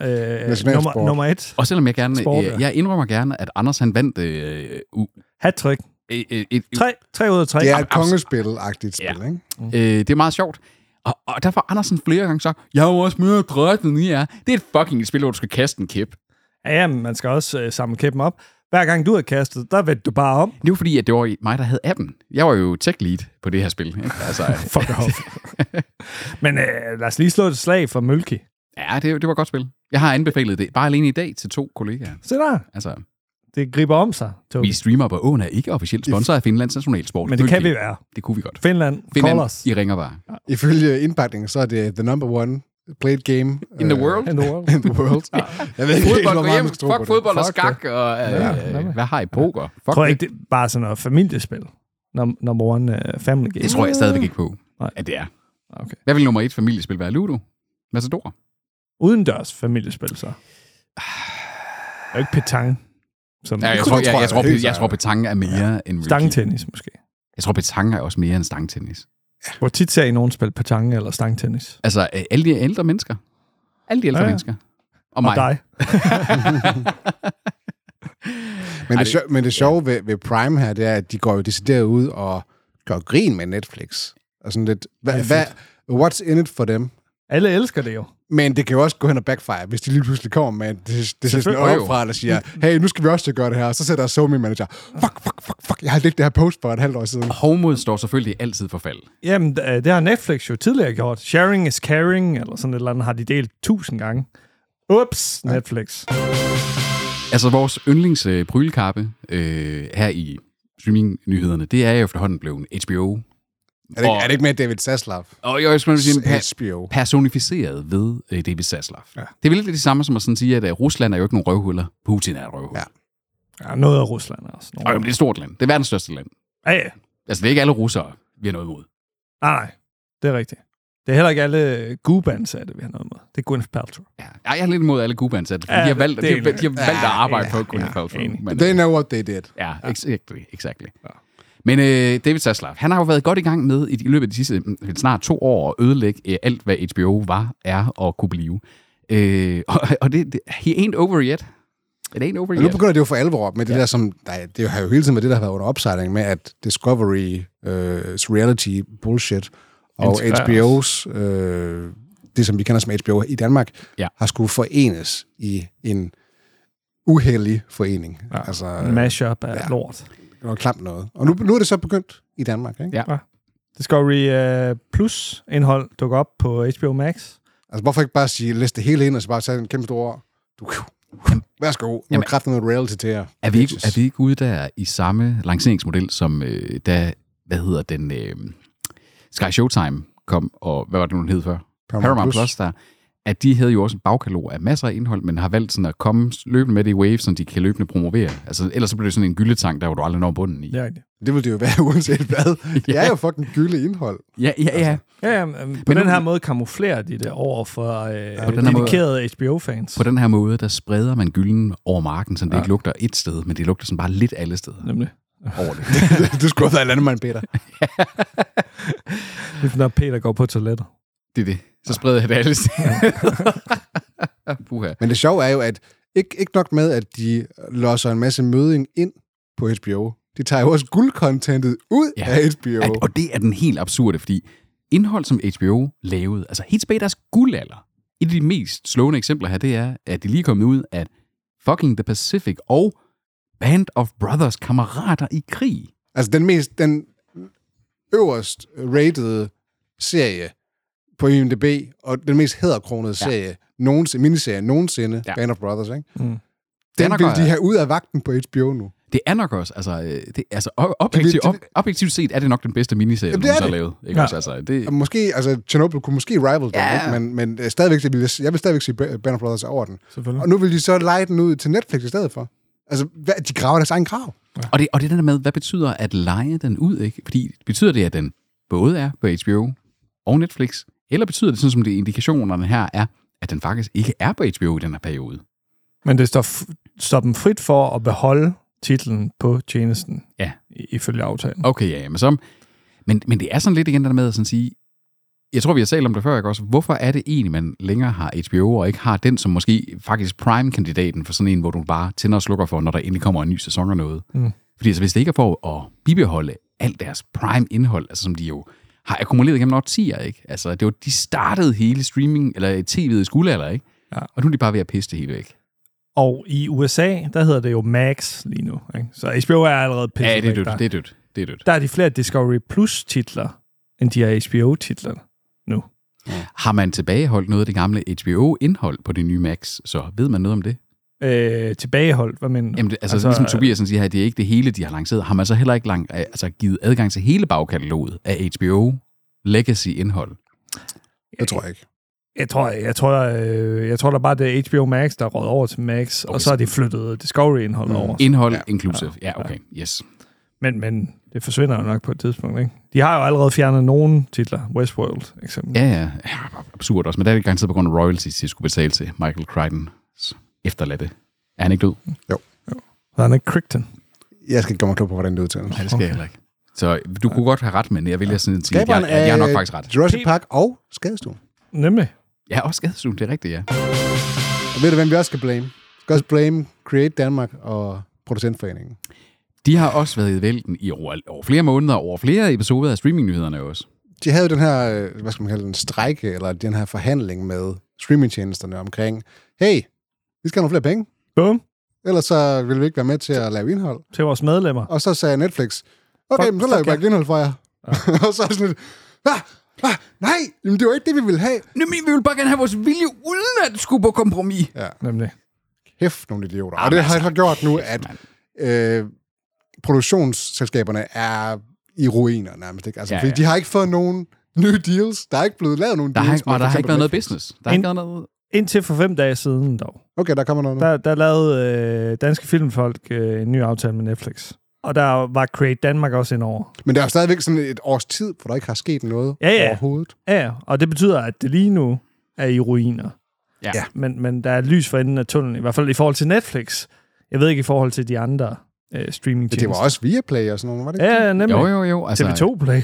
Speaker 2: Øh,
Speaker 4: øh, øh,
Speaker 3: nationalsport.
Speaker 4: nummer, nummer et.
Speaker 2: Og selvom jeg gerne,
Speaker 4: Sport,
Speaker 2: øh,
Speaker 4: ja.
Speaker 2: jeg indrømmer gerne, at Anders han vandt øh, u-
Speaker 4: Hattrick.
Speaker 2: øh, øh, et,
Speaker 4: 3, 3 ud af 3.
Speaker 3: Det er
Speaker 4: Ja.
Speaker 3: et kongespil-agtigt spil, ikke?
Speaker 2: Øh, det er meget sjovt. Og, og der var Andersen flere gange så, jeg er jo også mere drøjt, end I er. Det er et fucking spil, hvor du skal kaste en kæp.
Speaker 4: ja, men man skal også øh, samle kæppen op. Hver gang du har kastet, der vendte du bare om.
Speaker 2: Det var fordi, at det var mig, der havde appen. Jeg var jo tech lead på det her spil. Ikke? Altså,
Speaker 4: Fuck off. men øh, lad os lige slå et slag for Mølki.
Speaker 2: ja, det, det var et godt spil. Jeg har anbefalet det bare alene i dag til to kollegaer.
Speaker 4: Se der,
Speaker 2: Altså,
Speaker 4: det griber om sig, Tobi.
Speaker 2: vi streamer på Åen er ikke officielt sponsor af Finlands nationalsport.
Speaker 4: Men det kan vi
Speaker 2: Mølke.
Speaker 4: være.
Speaker 2: Det kunne vi godt.
Speaker 4: Finland, Finland.
Speaker 2: Finland,
Speaker 4: call us.
Speaker 2: I ringer bare.
Speaker 3: Ifølge indpakningen, så er det uh, the number one played game.
Speaker 2: In the
Speaker 3: øh,
Speaker 2: world.
Speaker 4: In the world.
Speaker 3: In the world. Jeg ved ikke, helt,
Speaker 2: Fodbold
Speaker 3: hvor
Speaker 2: går
Speaker 3: meget
Speaker 2: hjem.
Speaker 3: man skal tro på
Speaker 2: Fuck
Speaker 3: det.
Speaker 2: fodbold og
Speaker 3: Fuck det.
Speaker 2: skak. Og, øh,
Speaker 4: Ja.
Speaker 2: hvad har I poker? Fuck
Speaker 4: Tror jeg
Speaker 2: det.
Speaker 4: ikke, det er bare sådan noget familiespil? Num- Number one uh, family game?
Speaker 2: Det tror jeg stadigvæk ikke på,
Speaker 4: Nej. Ah,
Speaker 2: at det er.
Speaker 4: Okay.
Speaker 2: Hvad vil nummer et familiespil være? Ludo? Matador?
Speaker 4: Udendørs familiespil, så. Og ikke petanque. Som
Speaker 2: Ja, jeg,
Speaker 3: kunne
Speaker 2: tror,
Speaker 3: du,
Speaker 2: jeg,
Speaker 3: tror
Speaker 2: jeg,
Speaker 3: jeg.
Speaker 2: jeg, tror,
Speaker 3: Helt
Speaker 2: jeg, jeg
Speaker 3: sikkert.
Speaker 2: tror, petanque er mere ja. end Ricky.
Speaker 4: stangtennis, måske.
Speaker 2: Jeg tror, petanque er også mere end stangtennis.
Speaker 4: Hvor tit ser I nogen spille petanque eller stangtennis?
Speaker 2: Altså, øh, alle de ældre mennesker. Alle de ældre ja, ja.
Speaker 4: Ja, ja.
Speaker 2: mennesker. Og
Speaker 4: Og
Speaker 2: mig.
Speaker 4: dig.
Speaker 3: Men
Speaker 2: Ej,
Speaker 3: det,
Speaker 2: det-
Speaker 3: sjove, men det sjove ved, ved Prime her, det er, at de går jo decideret ud og gør grin med Netflix. Og sådan lidt, hvad, hvad, what's in it for dem?
Speaker 4: Alle elsker det jo.
Speaker 3: Men det kan jo også gå hen og backfire, hvis de lige pludselig kommer med det, det ser sådan
Speaker 2: Selvfølgelig.
Speaker 3: noget fra, der siger, hey, nu skal vi også til at gøre det her. Og så sætter jeg SoMe manager, fuck, fuck, fuck, fuck, jeg har lægget det her post for et halvt år siden.
Speaker 2: Hovmod står selvfølgelig altid for fald.
Speaker 4: Jamen, d- øh, det har Netflix jo tidligere gjort. Sharing is caring, eller sådan et eller andet, har de delt tusind gange. Ups, Netflix.
Speaker 2: Altså, vores yndlings øh, prylkappe øh, her i streaming-nyhederne, det er jo efterhånden blevet HBO.
Speaker 3: Er det, ikke,
Speaker 2: Og-
Speaker 3: er det ikke med David Zaslav?
Speaker 2: Og jeg skal sige, pa-
Speaker 3: HBO.
Speaker 2: personificeret ved øh, David Zaslav. Ja. Det er vel lidt det samme som at sådan sige, at øh, Rusland er jo ikke nogen røvhuller. Putin er et røvhul. Ja.
Speaker 3: Ja.
Speaker 4: Ja, noget af Rusland også.
Speaker 2: Og jamen,
Speaker 4: Nogle.
Speaker 2: det er et stort land. Det er verdens største land.
Speaker 4: Ja, ja.
Speaker 2: Altså, det er ikke alle russere, vi har noget imod.
Speaker 4: Nej, nej. Det er rigtigt. Det er heller ikke alle Guban-satte, vi har noget med. Det er Gwyneth Paltrow.
Speaker 2: Ja. Ej, jeg er lidt imod alle Cuba-ansatte, fordi ja,
Speaker 4: Ja,
Speaker 2: de har valgt, de
Speaker 4: det er
Speaker 2: har, de har
Speaker 4: enig.
Speaker 2: valgt at
Speaker 4: Ja,
Speaker 2: arbejde
Speaker 4: ja,
Speaker 2: på Gwyneth
Speaker 4: ja,
Speaker 2: Paltrow.
Speaker 4: enig.
Speaker 2: Men,
Speaker 3: They know what they did.
Speaker 2: ja, exactly, exactly. Men øh, David Zaslav, han har jo været godt i gang med i de- i løbet af de sidste mm, snart to år at ødelægge øh, alt, hvad HBO var, er og kunne blive. Øh, og, og det, det, he ain't over yet. It ain't over
Speaker 3: Men nu
Speaker 2: yet.
Speaker 3: begynder det jo for alvor med det der, som nej, det har jo hele tiden med det, der har været under opsejling med, at Discovery, øh, reality bullshit og
Speaker 4: Integreres.
Speaker 3: HBO's, øh, det som vi kender som HBO i Danmark,
Speaker 2: Ja.
Speaker 3: har skulle forenes i en uheldig forening. Ja. Altså,
Speaker 4: En
Speaker 3: øh,
Speaker 4: mashup af ja. lort.
Speaker 3: noget klamt noget. Og nu, nu er det så begyndt i Danmark, ikke?
Speaker 2: Ja.
Speaker 4: Discovery uh, Plus-indhold dukker op på HBO Max.
Speaker 3: Altså, hvorfor ikke bare sige, læs det hele ind, og så bare tage en kæmpe stor ord. Du, værsgo, nu er
Speaker 2: Jamen-
Speaker 3: der kraften noget reality til jer.
Speaker 2: Er vi, ikke,
Speaker 3: bitches.
Speaker 2: er vi ikke ude der i samme lanceringsmodel, som øh, da, hvad hedder den, øh, Sky Showtime kom, og hvad var det nu, den hed før? Paramount, Paramount Plus. Plus, der, at de havde jo også en bagkalor af masser af indhold, men har valgt sådan at komme løbende med det i waves, som de kan løbende promovere. Altså, ellers så bliver det sådan en gyldetang, der hvor du aldrig når bunden i.
Speaker 4: Det er rigtigt.
Speaker 3: Det vil det jo være uanset hvad. Det er jo fucking gylde indhold.
Speaker 2: ja, ja. ja.
Speaker 4: Ja, ja, men på
Speaker 2: Men
Speaker 4: men den
Speaker 2: nu-
Speaker 4: her måde kamuflerer de det over for øh,
Speaker 2: den her
Speaker 4: dedikerede HBO-fans.
Speaker 2: På den her måde, der spreder man gylden over marken, så det ja. ikke lugter et sted, men det lugter sådan bare lidt alle steder
Speaker 4: Nemlig.
Speaker 2: over det.
Speaker 3: du skulle have været landemand, Peter.
Speaker 4: Ligesom når Peter går på toilettet.
Speaker 2: Det er det. Så spreder jeg det alle steder. Puha.
Speaker 3: Men det sjove er jo, at ikke, ikke nok med, at de losser en masse møding ind på HBO. De tager jo også guldcontentet ud
Speaker 2: Ja.
Speaker 3: ja. af HBO.
Speaker 2: At, og det er den helt absurde, fordi indhold, som HBO lavede, altså helt tilbage i deres guldalder. Et af de mest slående eksempler her, det er, at de lige er kommet ud, at fucking The Pacific og Band of Brothers kammerater i krig.
Speaker 3: Altså den mest, den øverst rated serie på IMDb, og den mest hæderkronede ja. serie nogensinde, miniserie nogensinde,
Speaker 2: Ja.
Speaker 3: ja. Band of Brothers, ikke?
Speaker 4: Mm.
Speaker 3: Den
Speaker 2: nok
Speaker 3: vil
Speaker 2: godt,
Speaker 3: de
Speaker 2: ja.
Speaker 3: have ud af vagten på HBO nu.
Speaker 2: Det er nok også, altså, øh, det, altså o- objektiv,
Speaker 3: det-
Speaker 2: ob, objektivt set er det nok den bedste miniserie,
Speaker 3: Jamen,
Speaker 2: Jamen, der
Speaker 3: det er
Speaker 2: er
Speaker 3: det.
Speaker 2: lavet. Ikke
Speaker 4: Ja.
Speaker 2: også, altså, det,
Speaker 3: Og Måske, altså Chernobyl kunne måske rival den,
Speaker 2: Ja.
Speaker 3: ja. ikke? men, men øh, stadigvæk, det ville, jeg vil stadigvæk sige Ba- Band of Brothers er over den.
Speaker 4: Selvfølgelig.
Speaker 3: Og nu vil de så lege den ud til Netflix i stedet for. Altså, hvad, de graver deres egen grav.
Speaker 2: og, det, og det er den der med, hvad betyder at lege den ud, ikke? Fordi betyder det, at den både er på HBO og Netflix, eller betyder det, sådan som det indikationerne her er, at den faktisk ikke er på HBO i den her periode?
Speaker 4: Men det står, f- står dem frit for at beholde titlen på tjenesten,
Speaker 2: Ja.
Speaker 4: i- ifølge aftalen.
Speaker 2: Okay, ja, ja, men, så, men, men det er sådan lidt igen der med at sådan sige, jeg tror, vi har talt om det før, ikke også? Hvorfor er det egentlig, man længere har HBO, og ikke har den, som måske faktisk prime-kandidaten for sådan en, hvor du bare tænder og slukker for, når der endelig kommer en ny sæson og noget?
Speaker 4: Mm.
Speaker 2: Fordi altså, hvis det ikke er for at bibeholde alt deres prime-indhold, altså som de jo har akkumuleret gennem årtier, ikke? Altså, det var, de startede hele streaming, eller tv'ets guldalder, ikke?
Speaker 4: Ja.
Speaker 2: Og nu er de bare ved at pisse det hele væk.
Speaker 4: Og i USA, der hedder det jo Max lige nu. Ikke? Så HBO er allerede pisse
Speaker 2: Ja, det er
Speaker 4: væk
Speaker 2: dødt,
Speaker 4: der.
Speaker 2: det er dødt, det er dødt.
Speaker 4: Der er de flere Discovery Plus-titler, end de her HBO-titler nu.
Speaker 2: Har man tilbageholdt noget af det gamle HBO-indhold på det nye Max, så ved man noget om det?
Speaker 4: Øh, tilbageholdt, hvad mener du?
Speaker 2: Jamen, det, altså, altså, ligesom Tobias siger her, det er ikke det hele, de har lanceret. Har man så heller ikke lang, altså, givet adgang til hele bagkataloget af HBO Legacy-indhold?
Speaker 3: Det tror jeg ikke.
Speaker 4: Jeg tror, jeg, jeg tror, øh, jeg tror der bare, det er HBO Max, der er røget over til Max, okay. og så har de flyttet Discovery-indholdet mm. over.
Speaker 2: Indhold ja,
Speaker 3: Ja.
Speaker 2: inclusive. Ja, okay. Yes.
Speaker 4: Men, men det forsvinder jo nok på et tidspunkt, ikke? De har jo allerede fjernet nogle titler. Westworld, eksempel.
Speaker 2: Ja, ja. ja absurd også. Men der er det garanteret på grund af royalties, de skulle betale til Michael Crichton efterladte. Er han ikke død?
Speaker 4: Så er ikke Crichton.
Speaker 3: Jeg skal ikke gøre mig klog på, hvordan det udtales.
Speaker 2: Nej, det skal jeg heller ikke. Så øh, du kunne godt have ret, men jeg vil ja. sådan sige, at jeg, jeg, jeg, har nok faktisk ret.
Speaker 3: Jurassic
Speaker 4: Pete-
Speaker 3: Park og Skadestuen.
Speaker 4: Nemlig.
Speaker 2: Jeg er også skadestuen, det er rigtigt, ja.
Speaker 3: Og ved du, hvem vi også skal blame? Vi skal også blame Create Danmark og Producentforeningen.
Speaker 2: De har også været i vælten i over, over flere måneder, over flere episoder af streamingnyhederne også.
Speaker 3: de havde jo den her, øh, hvad skal man kalde den, strejke, eller den her forhandling med streamingtjenesterne omkring, hey, vi skal have nogle flere penge,
Speaker 4: Bum.
Speaker 3: ellers så vil vi ikke være med til at lave indhold.
Speaker 4: Til vores medlemmer.
Speaker 3: Og så sagde Netflix, okay,
Speaker 4: Fuck-
Speaker 3: men så laver
Speaker 4: fuck
Speaker 3: vi bare ikke indhold for jer. Ja. og så er det sådan lidt, ah, ah, nej, jamen, det var ikke det, vi ville have.
Speaker 2: Jamen, vi vil bare gerne have vores vilje, uden at det skulle på kompromis.
Speaker 4: Nemlig.
Speaker 3: Hæft nogle idioter.
Speaker 2: Jamen,
Speaker 3: og det har
Speaker 2: altså,
Speaker 3: har gjort nu,
Speaker 2: kæft,
Speaker 3: at øh, produktionsselskaberne er i ruiner nærmest. Ikke? Altså,
Speaker 2: Ja,
Speaker 3: ja, fordi
Speaker 2: ja.
Speaker 3: de har ikke fået nogen nye deals. Der er ikke blevet lavet nogen
Speaker 2: Der har,
Speaker 3: deals.
Speaker 2: ikke- og der har ikke været noget
Speaker 3: bedst.
Speaker 2: business. Der har ikke været noget...
Speaker 4: Indtil for fem dage siden, dog.
Speaker 3: Okay, der kommer noget nu.
Speaker 4: Der, der lavede øh, Danske Filmfolk øh, en ny aftale med Netflix. Og der var Create Danmark også indover.
Speaker 3: Men der er jo stadigvæk sådan et års tid, hvor der ikke har sket noget
Speaker 4: Ja, ja.
Speaker 3: overhovedet.
Speaker 4: Ja, ja. og det betyder, at det lige nu er i ruiner.
Speaker 2: Ja. Ja.
Speaker 4: Men, men der er lys for enden af tunnelen, i hvert fald i forhold til Netflix. Jeg ved ikke i forhold til de andre øh,
Speaker 3: Men
Speaker 4: streamingtjenester.
Speaker 3: det var også Viaplay og sådan noget, var det ikke?
Speaker 4: Ja, ja, nemlig.
Speaker 2: Jo, jo, jo. Altså,
Speaker 4: TV2 Play.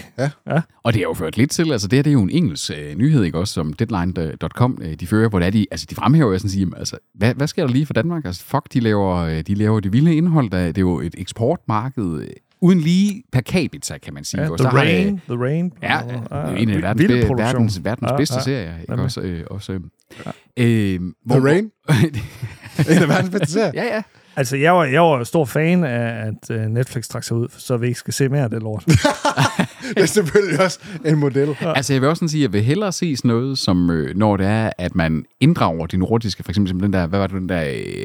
Speaker 2: Og det har jo ført lidt til, altså det her det er jo en engelsk øh, nyhed, ikke også, som Deadline.com, øh, de fører, hvor det er de, altså de fremhæver jo sådan sige, jamen, altså, hvad, hvad sker der lige for Danmark? Altså fuck, de laver, øh, de laver det vilde indhold, der, det er jo et eksportmarked øh, uden lige per capita, kan man sige.
Speaker 4: Ja,
Speaker 2: ikke også? Der
Speaker 4: The
Speaker 2: har, øh,
Speaker 4: Rain. The Rain.
Speaker 2: Ja,
Speaker 4: Og-
Speaker 2: det er
Speaker 4: og-
Speaker 2: jo en af
Speaker 4: vild-
Speaker 2: verdens,
Speaker 4: vild
Speaker 2: be,
Speaker 4: produktion.
Speaker 2: verdens, verdens
Speaker 4: Ja,
Speaker 2: bedste
Speaker 4: ja.
Speaker 2: serier. Ikke?
Speaker 4: Hvad med?
Speaker 2: Også, øh, også, øh, øh,
Speaker 3: The Rain, en af verdens bedste serier.
Speaker 2: ja, ja.
Speaker 4: Altså, jeg var, jeg var jo stor fan af, at øh, Netflix trak sig ud, så vi ikke skal se mere af det lort.
Speaker 3: Det er selvfølgelig også en model.
Speaker 2: Altså, jeg vil også sådan sige, at jeg vil hellere se sådan noget, som øh, når det er, at man inddrager de nordiske, for eksempel som den der, hvad var det, den der... Øh,
Speaker 4: Du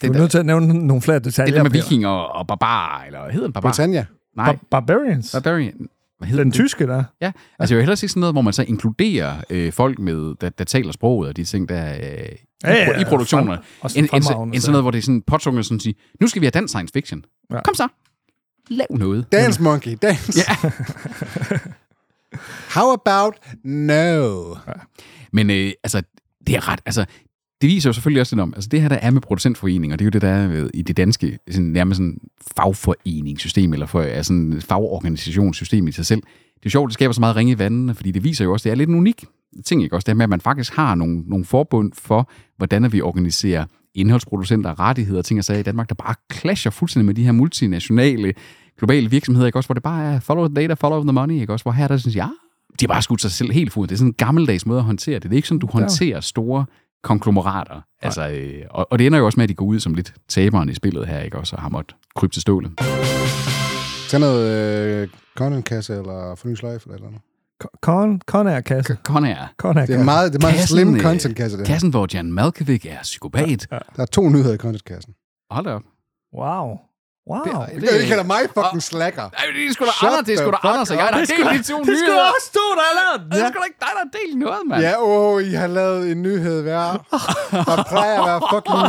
Speaker 2: den
Speaker 4: er
Speaker 2: der
Speaker 4: nødt til at nævne nogle flere
Speaker 2: det
Speaker 4: detaljer.
Speaker 2: der med
Speaker 4: Peter.
Speaker 2: vikinger og barbar, eller hedder den barbar?
Speaker 3: Britannia.
Speaker 2: Nej,
Speaker 4: Bar- Barbarians.
Speaker 2: barbarian. Hvad hedder den?
Speaker 4: Den tyske, der.
Speaker 2: Ja, altså jeg vil hellere se sådan noget, hvor man så inkluderer øh, folk med, der, der taler sproget og de ting, der øh, i,
Speaker 4: Ja, ja,
Speaker 2: pro- i
Speaker 4: ja.
Speaker 2: produktioner.
Speaker 4: Frem- også
Speaker 2: end, end, så-
Speaker 4: fremragende,
Speaker 2: end
Speaker 4: så.
Speaker 2: sådan noget, hvor det er sådan påtunget sådan at sige, nu skal vi have dansk science fiction.
Speaker 4: Ja.
Speaker 2: Kom så, lav noget.
Speaker 3: Dance Monkey, dance.
Speaker 2: Ja.
Speaker 3: How about no?
Speaker 2: Men øh, altså, det er ret, altså, det viser jo selvfølgelig også lidt om, altså det her, der er med producentforeninger, det er jo det, der er ved, i det danske sådan, nærmest sådan fagforeningssystem, eller for, altså, sådan et fagorganisationssystem i sig selv. Det er jo sjovt, det skaber så meget ringe i vandene, fordi det viser jo også, det er lidt en unik ting, ikke også? Det her med, at man faktisk har nogle, nogle forbund for, hvordan at vi organiserer indholdsproducenter, rettigheder og ting og sager i Danmark, der bare clasher fuldstændig med de her multinationale globale virksomheder, ikke også, hvor det bare er follow the data, follow the money, ikke også, hvor her der synes jeg, ja, de har bare skudt sig selv helt fod. Det er sådan en gammeldags måde at håndtere det. Det er ikke sådan, du håndterer store konglomerater. Altså, øh, og, og, det ender jo også med, at de går ud som lidt taberen i spillet her, ikke også, og har måttet krybe til stålet.
Speaker 3: Tag noget øh, Conan-kasse eller fornyelsesløjf eller et eller andet.
Speaker 4: Con, Conair-kasse.
Speaker 2: Conair.
Speaker 3: Det er
Speaker 4: Conair-kasse.
Speaker 3: meget, det er meget
Speaker 2: Kassen,
Speaker 3: slim
Speaker 2: øh,
Speaker 3: content-kasse, det her.
Speaker 2: Kassen, hvor Jan Malkovic er psykopat.
Speaker 3: Der er to nyheder i content-kassen.
Speaker 2: Hold da op.
Speaker 4: Wow. Wow.
Speaker 2: Det er-
Speaker 4: Det,
Speaker 2: det-
Speaker 3: Det kalder mig fucking slacker.
Speaker 2: Ej, det er sgu da
Speaker 3: Shut
Speaker 2: Anders, det er sgu
Speaker 3: the
Speaker 2: da Anders og jeg, der
Speaker 4: Det
Speaker 2: har
Speaker 4: er sgu
Speaker 2: delt
Speaker 4: da-
Speaker 2: de to
Speaker 4: det skulle
Speaker 2: nyheder.
Speaker 4: også stå, der er lavet.
Speaker 2: Det er
Speaker 4: Ja.
Speaker 2: sgu da ikke dig, der har delt noget, mand.
Speaker 3: Ja, åh, oh, I har lavet en nyhed hver. Der plejer at være fucking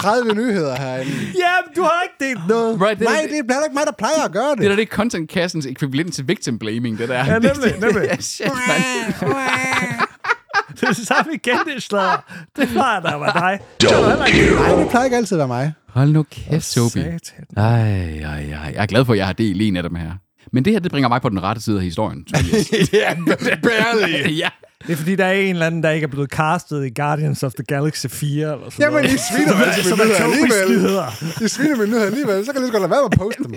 Speaker 3: 30 nyheder herinde.
Speaker 4: ja, du har ikke delt noget.
Speaker 2: Right, det,
Speaker 3: Nej,
Speaker 2: det,
Speaker 3: det er heller ikke mig, der plejer at gøre det.
Speaker 2: det, der, det er content-kassens ekvivalent til victim blaming, det der.
Speaker 4: Ja, nemlig, nemlig.
Speaker 2: Ja, shit, mand.
Speaker 4: Det er det samme igen, det slader. Det plejer der var dig. Det var heller ikke
Speaker 3: Nej, det plejer ikke altid at være mig.
Speaker 2: Hold nu kæft, Sobi.
Speaker 4: Satan.
Speaker 2: Ej, ej, ej. Jeg er glad for, at jeg har delt en af dem her. Men det her, det bringer mig på den rette side af historien, Tobias.
Speaker 3: Ja, barely.
Speaker 2: ja.
Speaker 4: Det er fordi, der er en eller anden, der ikke er blevet castet i Guardians of the Galaxy 4 eller sådan
Speaker 3: Jamen,
Speaker 4: noget.
Speaker 3: I sviner med
Speaker 4: Som
Speaker 3: mine
Speaker 4: er
Speaker 3: nyheder
Speaker 4: Tobis
Speaker 3: alligevel.
Speaker 4: nyheder.
Speaker 3: I sviner med nyheder alligevel, så kan jeg lige så godt lade være med at poste dem.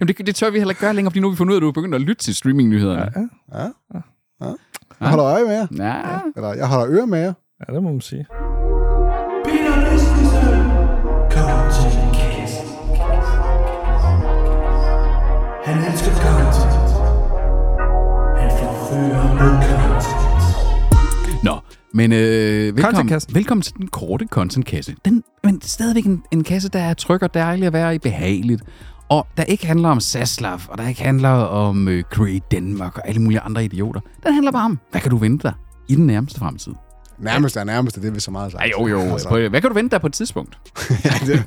Speaker 2: Jamen, det, det tør vi heller ikke gøre længere, fordi nu har vi fundet ud af, at du er begyndt at lytte til streamingnyhederne. Ja.
Speaker 3: Jeg holder øje med jer.
Speaker 2: Ja.
Speaker 3: Eller, jeg holder øre med jer.
Speaker 4: Ja, det må man sige.
Speaker 5: Peter Christensen. Content Cast. Han elsker content. Han forfører med content.
Speaker 2: Nå, men øh, velkommen,
Speaker 4: Contentkassen.
Speaker 2: velkommen til den korte contentkasse. Den, men stadigvæk en, en kasse, der er tryg og dejlig at være i behageligt. Og der ikke handler om Saslav, og der ikke handler om øh, Create Denmark og alle mulige andre idioter. Den handler bare om, hvad kan du vente dig i den nærmeste fremtid?
Speaker 3: Nærmest er nærmest, det er så meget sagt.
Speaker 2: Ej, jo, jo. Altså. På, hvad kan du vente dig på et tidspunkt?
Speaker 3: Ja, det,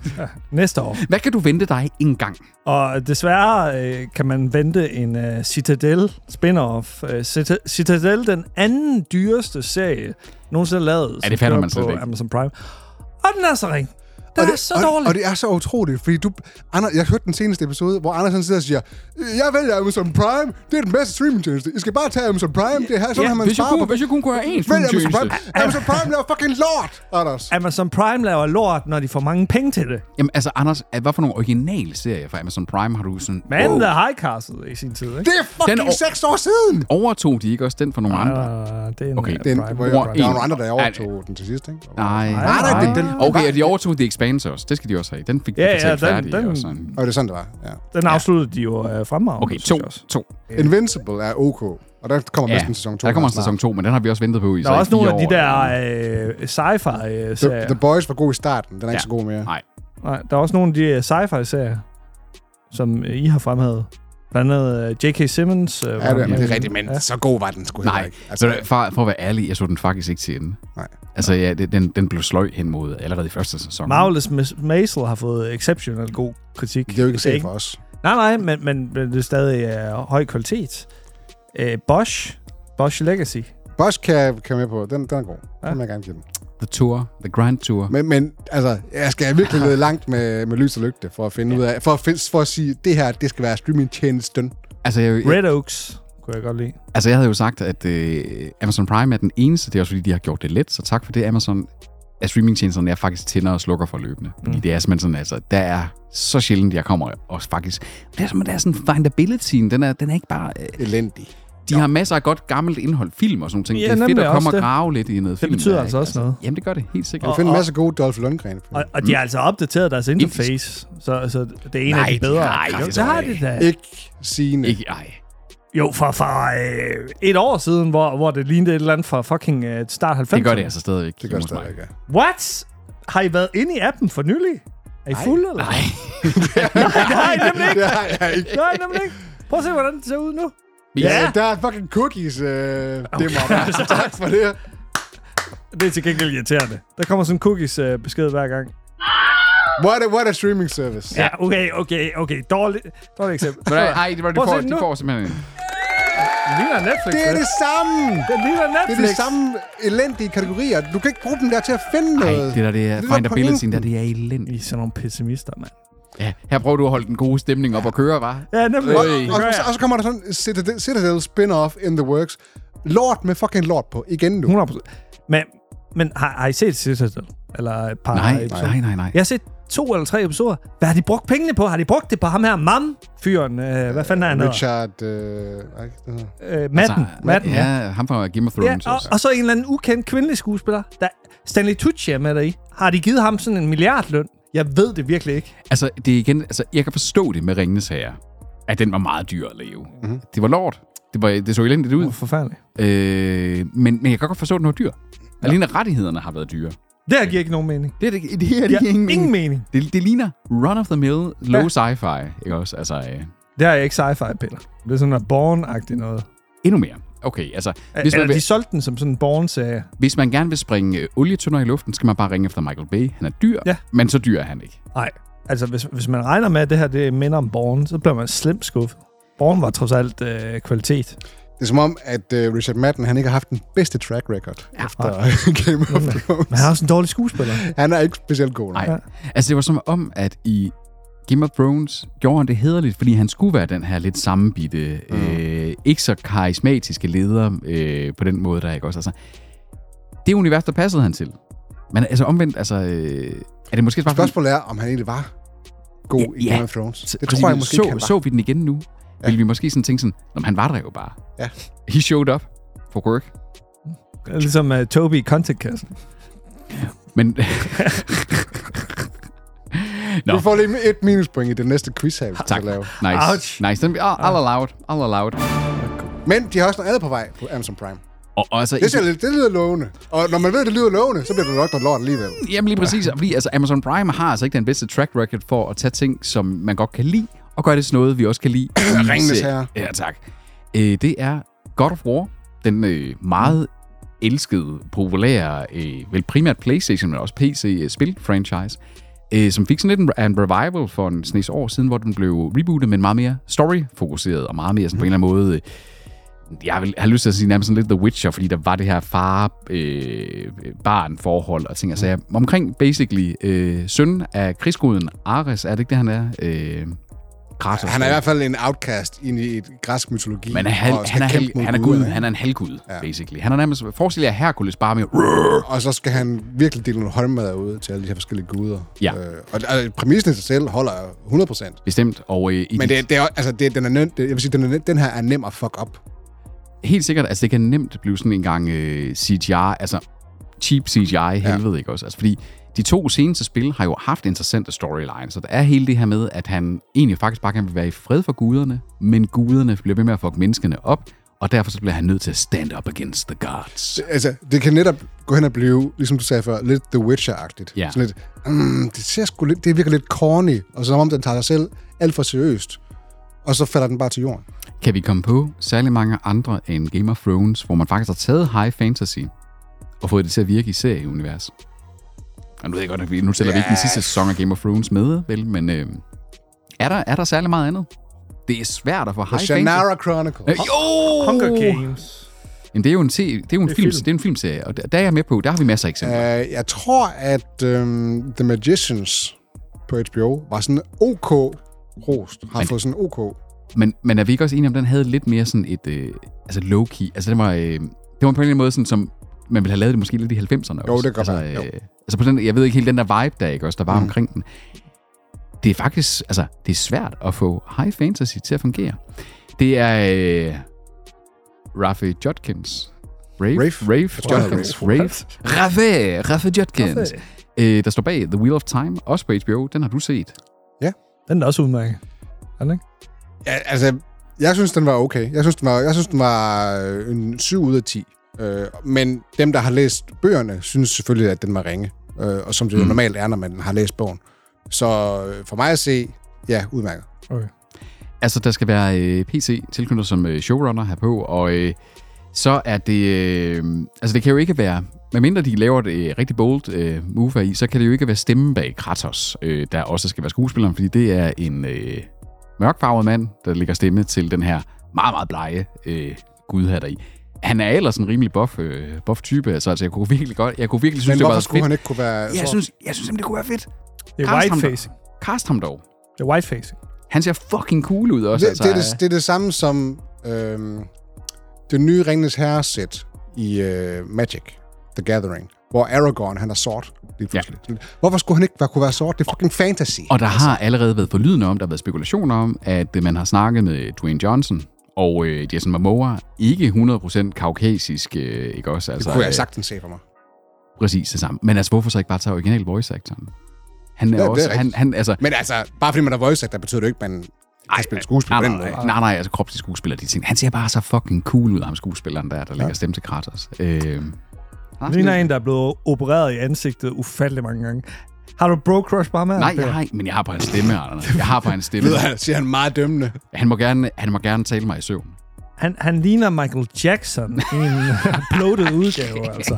Speaker 4: Næste år.
Speaker 2: Hvad kan du vente dig engang?
Speaker 4: Og desværre øh, kan man vente en øh, Citadel spin-off. Øh, Cita- Citadel, den anden dyreste serie nogensinde lavet.
Speaker 2: Ja, det
Speaker 4: som
Speaker 2: fatter
Speaker 4: kører
Speaker 2: man slet
Speaker 4: på
Speaker 2: ikke.
Speaker 4: Amazon Prime. Og den er så ring. Den
Speaker 3: og
Speaker 4: er
Speaker 3: det-
Speaker 4: så
Speaker 3: og,
Speaker 4: dårlig.
Speaker 3: Og det er så utroligt, fordi du... Anders, jeg hørte den seneste episode, hvor Andersen sidder og siger, jeg vælger Amazon Prime, det er den bedste streamingtjeneste. I skal bare tage Amazon Prime, det er her, sådan
Speaker 4: Ja,
Speaker 3: ja, har man
Speaker 2: Hvis jeg,
Speaker 3: sparet
Speaker 2: kunne,
Speaker 3: på...
Speaker 2: hvis jeg kun kunne have én
Speaker 3: Vælg Amazon
Speaker 2: streamingtjeneste.
Speaker 3: Prime. Amazon Prime laver fucking lort, Anders.
Speaker 4: Amazon Prime laver lort, når de får mange penge til det.
Speaker 2: Jamen altså, Anders, at- hvad for nogle originale serier fra Amazon Prime har du sådan...
Speaker 4: Men wow. The High Castle i sin tid, ikke?
Speaker 3: Det er fucking
Speaker 2: Den-
Speaker 3: seks år siden!
Speaker 2: Overtog de ikke også den for nogle andre?
Speaker 4: Uh, det er en,
Speaker 2: Okay,
Speaker 4: øh,
Speaker 2: det
Speaker 3: Den,
Speaker 4: Prime.
Speaker 3: hvor jeg,
Speaker 2: Hvor
Speaker 3: der var
Speaker 2: en-
Speaker 3: nogle andre, der overtog den til sidst, ikke?
Speaker 2: Nej.
Speaker 4: Nej, nej, den- den-
Speaker 2: Okay, og de overtog The Expanse også. Det skal de også have. Den fik de
Speaker 4: Ja,
Speaker 2: ja,
Speaker 4: ja,
Speaker 2: ja,
Speaker 4: den-
Speaker 2: færdig. Den,
Speaker 4: den-
Speaker 2: og sådan.
Speaker 3: Og det er sådan, det var. Ja.
Speaker 4: Den afsluttede de jo øh, fremragende,
Speaker 2: Okay,
Speaker 4: synes
Speaker 2: to.
Speaker 4: jeg også.
Speaker 2: to.
Speaker 3: Invincible er OK, og der kommer
Speaker 2: Ja,
Speaker 3: næsten sæson 2.
Speaker 2: der kommer en sæson 2, men den har vi også ventet på i
Speaker 4: Der er også nogle af de der øh, sci-fi-serier.
Speaker 3: The, The Boys var god i starten, den er ikke
Speaker 2: Ja.
Speaker 3: så god mere.
Speaker 2: Nej,
Speaker 4: Nej, der er også nogle af de øh, sci-fi-serier, som øh, I har fremhævet. Blandt andet øh, J.K. Simmons. øh,
Speaker 3: Ja,
Speaker 4: var
Speaker 3: det,
Speaker 4: med.
Speaker 3: det er rigtigt, men så god var den sgu heller
Speaker 2: nej.
Speaker 3: ikke.
Speaker 2: Altså, for, for at være ærlig, jeg så den faktisk ikke til ende.
Speaker 3: Nej.
Speaker 2: Altså, ja, det, den, den blev sløj hen mod allerede i første sæson.
Speaker 4: Marvelous Miss Maisel har fået exceptionelt god kritik.
Speaker 3: det er jo ikke en serie for os.
Speaker 4: Nej, nej, men, men, men det er stadig øh, høj kvalitet. Øh, Bosch. Bosch Legacy.
Speaker 3: Bosch kan, kan jeg med på. Den, den er god. Den vil jeg gerne give den.
Speaker 2: The Tour, The Grand Tour.
Speaker 3: Men, men altså, jeg skal virkelig lede langt med, med lys og lygte for at finde ja. ud af, for at, finde, for at sige, det her, det skal være streamingtjenesten.
Speaker 2: Altså, jeg, jeg,
Speaker 4: Red Oaks kunne jeg godt lide.
Speaker 2: altså, jeg havde jo sagt, at øh, Amazon Prime er den eneste. Det er også, fordi de har gjort det let. Så tak for det, Amazon. At streamingtjenesterne er faktisk tænder og slukker for løbende.
Speaker 4: Mm.
Speaker 2: Fordi det er simpelthen sådan, altså, der er så sjældent, jeg kommer og faktisk... Det er som, der er sådan findabilityen, den er, den er ikke bare... Øh,
Speaker 3: Elendig.
Speaker 2: De har masser af godt gammelt indhold, film og sådan noget.
Speaker 4: Ja,
Speaker 2: Ja, det er fedt
Speaker 4: nemlig
Speaker 2: at komme
Speaker 4: også
Speaker 2: og
Speaker 4: det.
Speaker 2: grave lidt i noget
Speaker 4: Det
Speaker 2: film.
Speaker 4: betyder
Speaker 2: der,
Speaker 4: altså
Speaker 2: ikke?
Speaker 4: også noget.
Speaker 2: Jamen, det gør det, helt sikkert.
Speaker 3: Jeg finder en masse gode Dolph Lundgren.
Speaker 4: Og, og de har altså opdateret deres interface, så, så det er en
Speaker 2: Nej,
Speaker 4: af de
Speaker 2: de
Speaker 4: bedre.
Speaker 2: har ikke
Speaker 4: jo, det
Speaker 2: opdateret
Speaker 4: har
Speaker 2: det.
Speaker 4: de da.
Speaker 3: altså Ikke sigende.
Speaker 2: Ikke, ej.
Speaker 4: Jo, fra, fra øh, et år siden, hvor, hvor det lignede et eller andet fra fucking øh, start 90'erne.
Speaker 2: Det gør det altså stadigvæk.
Speaker 3: Det gør
Speaker 2: hjemme
Speaker 3: det
Speaker 2: hos mig.
Speaker 3: stadigvæk, ja.
Speaker 4: What? Har I været inde i appen for nylig? Er I fulde, eller?
Speaker 2: Nej.
Speaker 4: nej, nemlig ikke.
Speaker 3: Det har jeg ikke.
Speaker 4: Nej, nemlig ikke. Prøv at se, hvordan det ser ud nu.
Speaker 3: Ja,
Speaker 4: Ja.
Speaker 3: der er fucking cookies. Øh, det må være. Tak for det.
Speaker 4: Det er til gengæld irriterende. Der kommer sådan en cookies-besked hver gang.
Speaker 3: What a, what a streaming service.
Speaker 4: Ja, okay, okay, okay. Dårligt, dårligt eksempel.
Speaker 2: Men, ej, ej, det var, de,
Speaker 4: Prøv at
Speaker 2: får,
Speaker 4: se den
Speaker 2: de
Speaker 4: nu.
Speaker 2: får simpelthen...
Speaker 4: Det ligner Netflix.
Speaker 3: Det er det samme.
Speaker 4: Den ligner
Speaker 3: Det
Speaker 4: Netflix.
Speaker 3: er de samme elendige kategorier. Du kan ikke bruge dem der til at finde
Speaker 2: Ej,
Speaker 3: noget.
Speaker 2: det der, det er
Speaker 3: Det er
Speaker 2: findabilityen,
Speaker 3: pointen.
Speaker 2: der, det er elendigt.
Speaker 4: I er sådan nogle pessimister, mand.
Speaker 2: Ja, her prøver du at holde den gode stemning op og køre, var.
Speaker 4: Ja, nemlig.
Speaker 2: Øh,
Speaker 4: Øh,
Speaker 3: Og,
Speaker 2: Øj.
Speaker 3: og, og, og så kommer der sådan Citadel, Citadel spin-off in the works. Lort med fucking lort på. Igen nu.
Speaker 4: 100%. Men, men har, har I set Citadel? Eller et par
Speaker 2: Nej,
Speaker 4: episoder?
Speaker 2: nej, nej, nej.
Speaker 4: Jeg har set to eller tre episoder. Hvad har de brugt pengene på? Har de brugt det på ham her mam-fyren? Øh, hvad fanden er han? hedder?
Speaker 3: Richard... Øh, ej, hvad hedder han?
Speaker 4: Øh, Madden.
Speaker 2: Altså,
Speaker 4: Madden, ja.
Speaker 2: ja. ham fra Game of
Speaker 4: ja
Speaker 2: Thrones.
Speaker 4: og,
Speaker 2: også.
Speaker 4: og så en eller anden ukendt kvindelig skuespiller. Der Stanley Tucci er med deri. Har de givet ham sådan en milliardløn? Jeg ved det virkelig ikke.
Speaker 2: Altså, det er igen, altså, jeg kan forstå det med Ringenes Herre, at den var meget dyr at leve.
Speaker 4: Mhm.
Speaker 2: Mm-hmm. Det var lort. Det, var, det så elendigt ud.
Speaker 4: Forfærdeligt.
Speaker 2: Øh, men, men jeg kan godt forstå, at den var dyr. Ja. Alene rettighederne har været dyre.
Speaker 4: Det her giver ikke nogen mening.
Speaker 2: Det, er det, det her det
Speaker 4: Ja,
Speaker 2: giver ingen,
Speaker 4: ingen mening.
Speaker 2: Det, det ligner run-of-the-mill, low ja. sci-fi, ikke også? Altså, øh,
Speaker 4: Det her er ikke sci-fi, Peter. Det er sådan noget Born-agtigt noget.
Speaker 2: endnu mere. Okay, altså, hvis
Speaker 4: Eller
Speaker 2: man,
Speaker 4: de
Speaker 2: vil,
Speaker 4: solgte den som sådan en Born-serie.
Speaker 2: hvis man gerne vil springe øh, olietønder i luften, skal man bare ringe efter Michael Bay. Han er dyr,
Speaker 4: Ja.
Speaker 2: men så dyr er han ikke.
Speaker 4: Nej, altså hvis, hvis man regner med, at det her det minder om Born, så bliver man slemt skuffet. Born var trods alt øh, kvalitet.
Speaker 3: Det er som om, at øh, Richard Madden, han ikke har haft den bedste track record ja, efter Game of
Speaker 4: Men
Speaker 3: Thrones.
Speaker 4: han er også en dårlig skuespiller.
Speaker 3: Han er ikke specielt god.
Speaker 2: Nej.
Speaker 3: Nej.
Speaker 2: Ja. Altså, det var som om, at i Game of Thrones gjorde han det hederligt, fordi han skulle være den her lidt sammenbitte, mm. øh, ikke så karismatiske leder øh, på den måde, der ikke også? Altså, det univers, der passede han til. Men altså omvendt, altså... Øh, er det måske bare...
Speaker 3: Spørgsmålet er, om han egentlig var god ja, i
Speaker 2: Ja,
Speaker 3: Game of Thrones. Det
Speaker 2: Fordi
Speaker 3: tror jeg
Speaker 2: vi
Speaker 3: måske
Speaker 2: så,
Speaker 3: ikke, han var.
Speaker 2: så vi den igen nu, ja. ville vi måske sådan tænke sådan, Nå, men han var der jo bare.
Speaker 3: Ja.
Speaker 2: He showed up for work.
Speaker 4: Ligesom uh, Toby i Contact-kassen.
Speaker 2: Men Nå.
Speaker 3: Vi får lige et minuspoint i det næste quiz her, vi
Speaker 2: tak.
Speaker 3: skal lave.
Speaker 2: Nice.
Speaker 4: Ouch.
Speaker 2: Nice. Den, all, all allowed. All allowed.
Speaker 3: Men de har også noget andet på vej på Amazon Prime.
Speaker 2: Og, og altså,
Speaker 3: Det, ser, lidt- det lyder lovende. Og når man ved, at det lyder lovende, så bliver det nok noget lort alligevel.
Speaker 2: Mm, Jamen lige præcis, fordi altså, Amazon Prime har altså ikke den bedste track record for at tage ting, som man godt kan lide, og gøre det sådan noget, vi også kan lide. i
Speaker 3: Ringenes
Speaker 2: serien.
Speaker 3: Herre.
Speaker 2: Ja, tak. Øh, det er God of War, den øh, meget elskede, populære, øh, vel primært Playstation, men også PC-spil-franchise, øh, som fik sådan lidt en, en revival for en snes år siden, hvor den blev rebootet, men meget mere story-fokuseret, og meget mere sådan, på en eller anden måde... Øh, jeg vil have lyst til at sige nærmest sådan lidt The Witcher, fordi der var det her far-barn-forhold og ting og sager. Omkring basically øh, søn af krigsguden Ares, er det ikke det, han er? Øh, Kratos.
Speaker 3: Han er i hvert fald en outcast ind i et græsk mytologi.
Speaker 2: Men han, han,
Speaker 3: og skal
Speaker 2: han, er,
Speaker 3: kæmpe
Speaker 2: hel,
Speaker 3: mod
Speaker 2: han er gud,
Speaker 3: guderne.
Speaker 2: han er en halvgud, ja. basically. Han er nærmest, forestil jer Hercules bare med,
Speaker 3: Og så skal han virkelig dele nogle håndmadder ud til alle de her forskellige guder.
Speaker 2: Ja.
Speaker 3: Øh, og, og præmissen i sig selv holder jo 100 procent.
Speaker 2: bestemt, og øh, i
Speaker 3: Men
Speaker 2: dit-
Speaker 3: det, det er, altså, det, den, er nød, det, jeg vil sige, den, er, nød- den her er nem at fuck op.
Speaker 2: helt sikkert, altså det kan nemt blive sådan en gang øh, CGI, altså cheap CGI helvede, ja. ikke også? Altså fordi de to seneste spil har jo haft interessante storylines, så der er hele det her med, at han egentlig faktisk bare kan være i fred for guderne, men guderne bliver ved med at fuck menneskene op, og derfor så bliver han nødt til at stand up against the gods.
Speaker 3: Altså, det kan netop gå hen og blive, ligesom du sagde før, lidt The Witcher-agtigt.
Speaker 2: Ja.
Speaker 3: Sådan lidt, mm, det, ser sgu lidt, det virker lidt corny, og som om den tager sig selv alt for seriøst. Og så falder den bare til jorden.
Speaker 2: Kan vi komme på særlig mange andre end Game of Thrones, hvor man faktisk har taget high fantasy og fået det til at virke i serieunivers? Og nu ved jeg godt, at vi, nu tæller vi ikke den sidste sæson af Game of Thrones med, vel? Men øh, er, der, er der særlig meget andet? Det er svært at få
Speaker 3: The
Speaker 2: high fantasy.
Speaker 3: Shannara Chronicles.
Speaker 2: Øh, jo!
Speaker 4: Hunger Games.
Speaker 2: Men det er jo en, se, det er jo en, det er film, film. Det er en filmserie, og der, der er jeg med på. Der har vi masser af eksempler.
Speaker 3: Uh, jeg tror, at um, The Magicians på HBO var sådan OK rost. Har
Speaker 2: Men-
Speaker 3: fået sådan OK.
Speaker 2: Men, men er vi ikke også enige om, at den havde lidt mere sådan et øh, altså low-key? Altså den var, øh, det var på en eller anden måde sådan, som man ville have lavet det måske lidt i 90'erne også.
Speaker 3: Jo, det kan godt
Speaker 2: altså,
Speaker 3: være, jo.
Speaker 2: altså på den, jeg ved ikke helt den der vibe, der, ikke også, der var mm. omkring den. Det er faktisk, altså det er svært at få high fantasy til at fungere. Det er øh, Rafe Judkins. Rafe,
Speaker 3: Rafe.
Speaker 2: Rafe
Speaker 3: tror, han hedder
Speaker 2: Judkins. Rafe. Rafe. Rafe Judkins. Øh, der står bag The Wheel of Time, også på HBO. Den har du set.
Speaker 4: Den er også udmærket. Er den ikke?
Speaker 3: Ja, altså, jeg synes, den var okay. Jeg synes, den var, jeg synes, den var øh, en 7 ud af 10. Øh, men dem, der har læst bøgerne, synes selvfølgelig, at den var ringe. Øh, og som
Speaker 2: Mm.
Speaker 3: det jo normalt er, når man har læst bogen. Så øh, for mig at se, ja, udmærket.
Speaker 4: Okay.
Speaker 2: Altså, der skal være øh, PC tilknyttet som øh, showrunner her på, og øh, så er det... Øh, altså, det kan jo ikke være... Medmindre de laver et øh, rigtig bold øh, move her i, så kan det jo ikke være stemmen bag Kratos, øh, der også skal være skuespilleren, fordi det er en øh, mørkfarvet mand, der ligger stemme til den her meget, meget blege øh, gud her deri. Han er ellers en rimelig buff, øh, buff type, altså, altså jeg kunne virkelig godt, jeg kunne virkelig synes,
Speaker 3: Men
Speaker 2: det var
Speaker 3: hvorfor skulle
Speaker 2: fedt.
Speaker 3: han altså- ikke kunne være...
Speaker 2: Jeg
Speaker 3: sort?
Speaker 2: synes, jeg synes simpelthen, det kunne være fedt.
Speaker 4: Det er
Speaker 2: Cast ham dog.
Speaker 4: whitefacing.
Speaker 2: Cast ham dog.
Speaker 4: Det er whitefacing.
Speaker 2: Han ser fucking cool ud også.
Speaker 3: det,
Speaker 2: altså,
Speaker 3: det, er
Speaker 2: øh.
Speaker 3: det, det er det samme som øhm, det nye Ringenes Herre-sæt i øh, Magic, The Gathering, hvor Aragorn, han er sort. lige pludselig. Ja. Hvorfor skulle han ikke være, kunne være sort? Det er fucking fantasy.
Speaker 2: Og der har allerede været forlydende om, der har været spekulationer om, at øh, man har snakket med Dwayne Johnson og øh, Jason Momoa, ikke 100% kaukasisk, øh, ikke også?
Speaker 3: det
Speaker 2: Altså,
Speaker 3: kunne jeg
Speaker 2: øh,
Speaker 3: sagtens se for mig.
Speaker 2: Præcis det samme. Men altså, hvorfor så ikke bare tage original voice actoren? Han er
Speaker 3: Ja, det
Speaker 2: ja,
Speaker 3: er
Speaker 2: også, han,
Speaker 3: rigtigt.
Speaker 2: han, altså,
Speaker 3: Men altså, bare fordi man er voice actor, betyder det jo ikke, at man kan spille skuespil på
Speaker 2: nej,
Speaker 3: den
Speaker 2: nej,
Speaker 3: måde.
Speaker 2: nej, nej, altså kropslig skuespiller, de ting. Han ser bare så fucking cool ud, ham skuespilleren der, der lægger stemme til Kratos. Øh,
Speaker 4: Han ligner en, der er blevet opereret i ansigtet ufattelig mange gange. Har du bro crush bare med?
Speaker 2: nej, jeg har ikke, men jeg har på hans stemme, Anders. Jeg har på hans stemme.
Speaker 3: Lyder han, siger han meget dømmende.
Speaker 2: Han må gerne, han må gerne tale mig i søvn.
Speaker 4: Han, han ligner Michael Jackson i en bloated udgave, altså.